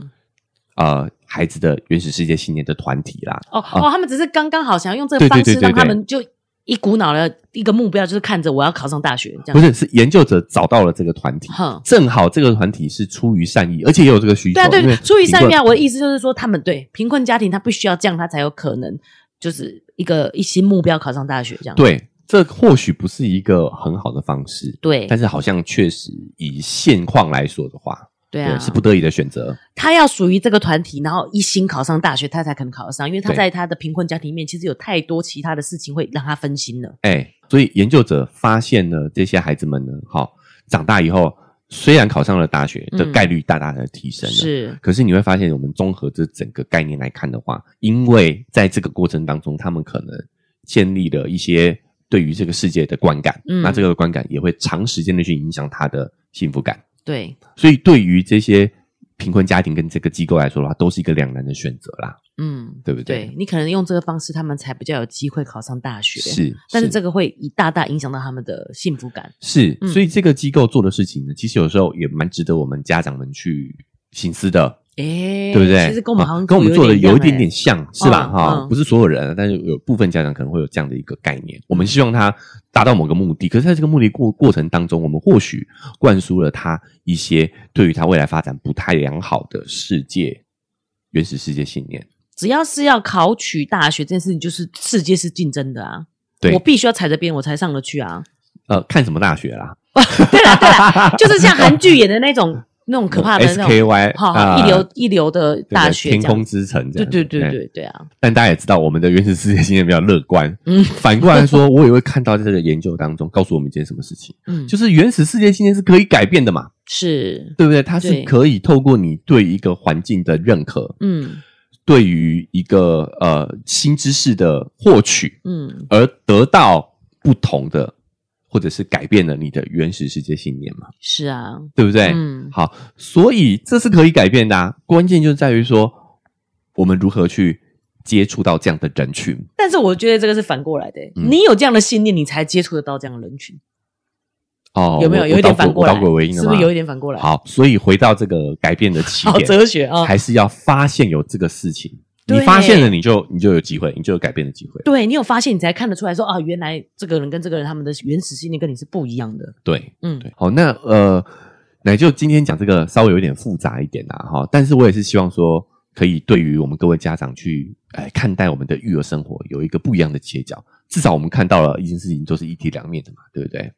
S3: 呃孩子的原始世界信念的团体啦。
S2: 哦哦，他们只是刚刚好想要用这个
S3: 啊对对
S2: 方
S3: 对
S2: 式
S3: 对
S2: 让他
S3: 对
S2: 们就一股脑的一个目标，就是看着我要考上大学这
S3: 不
S2: 样，
S3: 是，是研究者找到了这个团体，
S2: 哼，
S3: 正好这个团体是出于善意，而且也有这个需求。
S2: 对啊对
S3: 因为，
S2: 出于善
S3: 评
S2: 意啊，
S3: 论
S2: 我的意思就是说，他们对贫困家庭，他必须要这样，他才有可能就是一个一心目标考上大学这样，
S3: 对，这或许不是一个很好的方式，
S2: 对
S3: 但是好像确实以现况来说的话，
S2: 对啊，
S3: 是不得已的选择。
S2: 他要属于这个团体，然后一心考上大学，他才可能考得上，因为他
S3: 对
S2: 在他的贫困家庭里面，其实有太多其他的事情会让他分心了。
S3: 哎、所以研究者发现呢，这些孩子们呢，好、长大以后，虽然考上了大学的
S2: 嗯
S3: 概率大大的提升了，
S2: 是，
S3: 可是你会发现，我们综合这整个概念来看的话，因为在这个过程当中，他们可能建立了一些对于这个世界的观感，
S2: 嗯
S3: 那这个观感也会长时间的去影响他的幸福感。
S2: 对，
S3: 所以，对于这些贫困家庭跟这个机构来说的话，都是一个两难的选择啦，
S2: 嗯，
S3: 对不
S2: 对
S3: 对？
S2: 你可能用这个方式，他们才比较有机会考上大学。，
S3: 是，
S2: 但是
S3: 个。
S2: 这个会以大大影响到他们的幸福感。
S3: 是，
S2: 嗯
S3: 所以这个机构做的事情呢，其实有时候也蛮值得我们家长们去醒思的，
S2: 诶，
S3: 对不对？
S2: 其实跟我们
S3: 啊
S2: 好像
S3: 跟我们做的有
S2: 一
S3: 一点
S2: 样
S3: 点像，是吧？
S2: 嗯
S3: 哈、
S2: 嗯
S3: 不是所有人啊，但是有部分家长可能会有这样的一个概念。我们希望他达到某个目的，可是在这个目的过过程当中，我们或许灌输了他一些对于他未来发展不太良好的世界原始世界信念。
S2: 欸只要是要考取大学这件事情，就是世界是竞争的啊。
S3: 对
S2: 我必须要踩着边，我才上得去
S3: [laughs]
S2: 啊。
S3: 呃，看什么大学啦？
S2: 对啦对啦，就是像韩剧演的那
S3: [laughs]
S2: 种那种可怕
S3: 呃
S2: 的那种，
S3: SKY
S2: 好
S3: 啊
S2: 一流一流的大学
S3: 对对
S2: 这
S3: 天
S2: 样
S3: 空之城
S2: 对
S3: 这样子，
S2: 对对
S3: 哎
S2: 对对啊，
S3: 但大家也知道，我们的原始世界经验比较乐观。
S2: 嗯
S3: 反过来说，我也会看到在这个研究当中告诉我们一件什么事情，
S2: 嗯，
S3: 就是原始世界信念是可以改变的嘛，
S2: 是
S3: 对不对？它是
S2: 对
S3: 可以透过你对一个环境的认可，
S2: 嗯
S3: 对于一个呃新知识的获取，
S2: 嗯
S3: 而得到不同的，或者是改变了你的原始世界信念嘛，
S2: 是啊，
S3: 对不对？
S2: 嗯
S3: 好，所以这是可以改变的、啊，关键就在于说我们如何去接触到这样的人群。
S2: 但是我觉得这个是反过来的、
S3: 嗯
S2: 你有这样的信念，你才接触得到这样的人群，
S3: 哦，
S2: 有没有？
S3: 我
S2: 有一点反过来，
S3: 我导轨为因了
S2: 是
S3: 吗
S2: 不是有一点反过来？，
S3: 好，所以回到这个改变的起
S2: 好
S3: 点，
S2: 哲学啊！
S3: 还是要发现有这个事情。你
S2: 对
S3: 发现了，你就你就有机会，你就有改变的机会。
S2: 对你有发现，你才看得出来说啊，原来这个人跟这个人他们的原始信念跟你是不一样的。
S3: 对
S2: 嗯，
S3: 对，好，那呃，奶就今天讲这个稍微有点复杂一点啦，哈，但是我也是希望说，可以对于我们各位家长去哎看待我们的育儿生活有一个不一样的切角。至少我们看到了一件事情都是一体两面的嘛，对不对？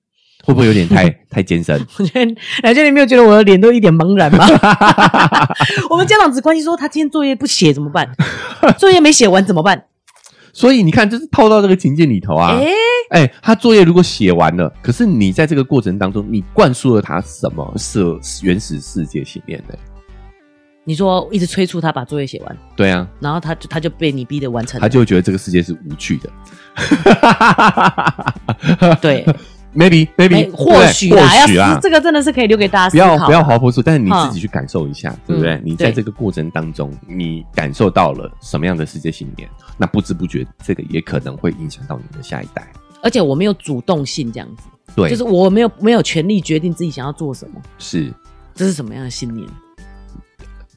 S3: 会不会有点太太艰深？
S2: [laughs] 我觉得来这里没有觉得我的脸都一脸茫然
S3: [laughs]
S2: 吗？我们家长只关心说他今天作业不写怎么
S3: [laughs]
S2: 办，作业没写完怎么办？
S3: 所以你看，就是套到这个情境里头啊。
S2: 哎、
S3: 哎、他作业如果写完了，可是你在这个过程当中，你灌输了他什么是原始世界信念呢？
S2: 你说一直催促他把作业写完，
S3: 对啊，
S2: 然后他就他就被你逼的完成了
S3: 他就会觉得这个世界是无趣的。 [laughs]
S2: 对，
S3: ，maybe
S2: 没
S3: maybe
S2: 或许啦，
S3: 或许
S2: 要
S3: 啊
S2: 是，这个真的是可以留给大家
S3: 不
S2: 思考
S3: 要
S2: 的，
S3: 不要滑坡处，但是你自己
S2: 嗯
S3: 去感受一下，对不对
S2: 嗯？
S3: 你在
S2: 对
S3: 这个过程当中，你感受到了什么样的世界信念？那不知不觉，这个也可能会影响到你的下一代。
S2: 而且我没有主动性这样子，
S3: 对，
S2: 就是我没有没有权利决定自己想要做什么，
S3: 是
S2: 这是什么样的信念？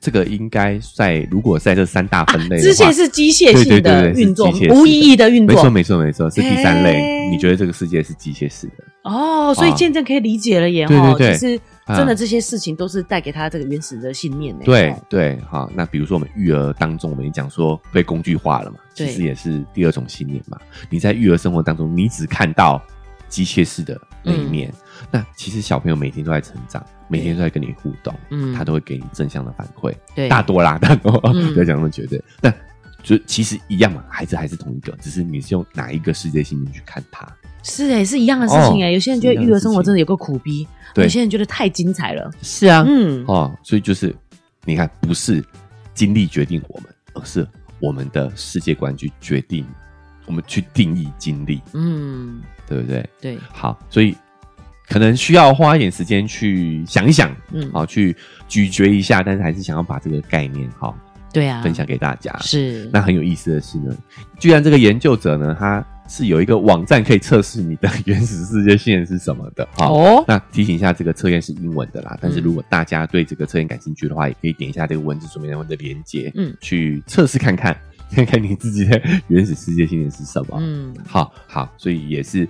S3: 这个应该在如果在这三大分类的话，
S2: 支线是机械性
S3: 对对对
S2: 的
S3: 对是
S2: 运作
S3: 机械式，的
S2: 无意义的运
S3: 没错
S2: 作。
S3: 没错没错，是第三
S2: 哎
S3: 类。你觉得这个世界是机械式的？
S2: 哦，所以现在可以理解了耶，
S3: 啊对对
S2: 哦，
S3: 对
S2: 其实
S3: 啊
S2: 真的这些事情都是带给他这个原始的信念呢。
S3: 对
S2: 哦
S3: 对，好，那比如说我们育儿当中，我们也讲说被工具化了嘛，其
S2: 对
S3: 实也是第二种信念嘛。你在育儿生活当中，你只看到机械式的那一面，
S2: 嗯
S3: 那其实小朋友每天都在成长，每天都在跟你互动，
S2: 嗯
S3: 他都会给你正向的反馈，
S2: 对，
S3: 大多啦，大多，
S2: 嗯
S3: 不要讲那么绝对。但就其实一样嘛，孩子还是同一个，只是你是用哪一个世界信念去看他。
S2: 是哎，是一样的事情哎。
S3: 哦
S2: 有些人觉得育儿生活真的有个苦逼，
S3: 对
S2: 有些人觉得太精彩了。
S3: 是啊
S2: 嗯，
S3: 哦，所以就是你看，不是经历决定我们，而是我们的世界观去决定我们去定义经历，
S2: 嗯，
S3: 对不对？
S2: 对，
S3: 好，所以可能需要花一点时间去想一想，
S2: 嗯，
S3: 好、去咀嚼一下，但是还是想要把这个概念好、
S2: 对啊，
S3: 分享给大家。
S2: 是
S3: 那很有意思的是呢，居然这个研究者呢，他是有一个网站可以测试你的 [laughs] 原始世界线是什么的。好、
S2: 哦，
S3: 那提醒一下，这个测验是英文的啦，但是
S2: 嗯
S3: 如果大家对这个测验感兴趣的话，也可以点一下这个文字说明栏的连接，
S2: 嗯
S3: 嗯，去测试看看，看看你自己的原始世界信念是什么。
S2: 嗯，
S3: 好好，所以也是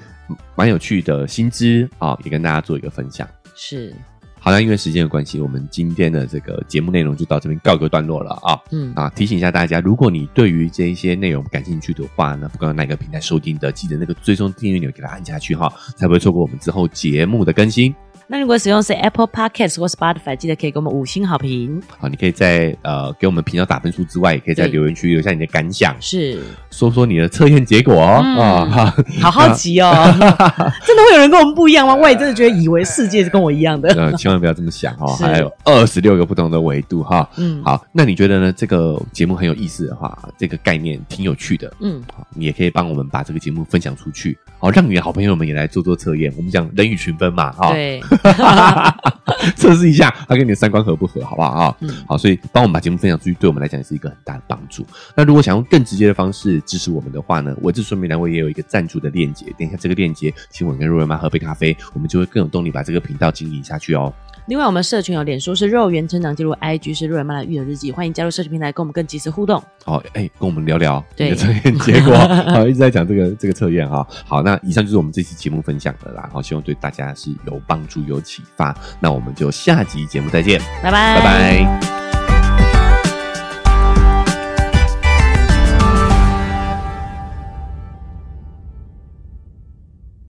S3: 蛮有趣的新知啊、也跟大家做一个分享。
S2: 是，
S3: 好，那因为时间的关系，我们今天的这个节目内容就到这边告一个段落了啊、
S2: 嗯，
S3: 啊，提醒一下大家，如果你对于这一些内容感兴趣的话呢，不管哪个平台收听的，记得那个追踪订阅钮给它按下去哈，才不会错过我们之后节目的更新。
S2: 那如果使用是 Apple Podcast 或 Spotify，记得可以给我们五星好评。
S3: 好，你可以在呃给我们频道打分数之外，也可以在
S2: 对
S3: 留言区留下你的感想，
S2: 是，
S3: 说说你的测验结果哦
S2: 嗯
S3: 啊、哈
S2: 好好奇哦， [laughs] 真的会有人跟我们不一 [laughs] 样吗？我也真的觉得以为世界是跟我一样 [laughs] 的。
S3: 呃，千万不要这么想
S2: [laughs]
S3: 哦，
S2: 是
S3: 还有二十六个不同的维度哈。
S2: 嗯，，
S3: 好，那你觉得呢？这个节目很有意思的话，这个概念挺有趣的，
S2: 嗯，
S3: 好你也可以帮我们把这个节目分享出去，好，让你的好朋友们也来做做测验。我们讲人与群分嘛，
S2: [laughs]
S3: 哈，
S2: 对，
S3: [laughs] 测试一下它跟你的三观合不合，好不好啊？
S2: 嗯
S3: 好，所以帮我们把节目分享出去，对我们来讲也是一个很大的帮助。那如果想用更直接的方式支持我们的话呢，文字说明栏位也有一个赞助的链接，点一下这个链接，请我跟若瑞妈喝杯咖啡，我们就会更有动力把这个频道经营下去哦。
S2: 另外我们社群有脸书是肉圆成长记录，IG 是肉圆妈的育儿日记，欢迎加入社群平台跟我们更及时互动。
S3: 好，哎、跟我们聊聊
S2: 对
S3: 你的测验结果，
S2: [laughs]
S3: 好，一直在讲这个这个测验啊。好，那以上就是我们这期节目分享的啦，好，希望对大家是有帮助、有启发。那我们就下集节目再见，
S2: 拜拜，
S3: 拜拜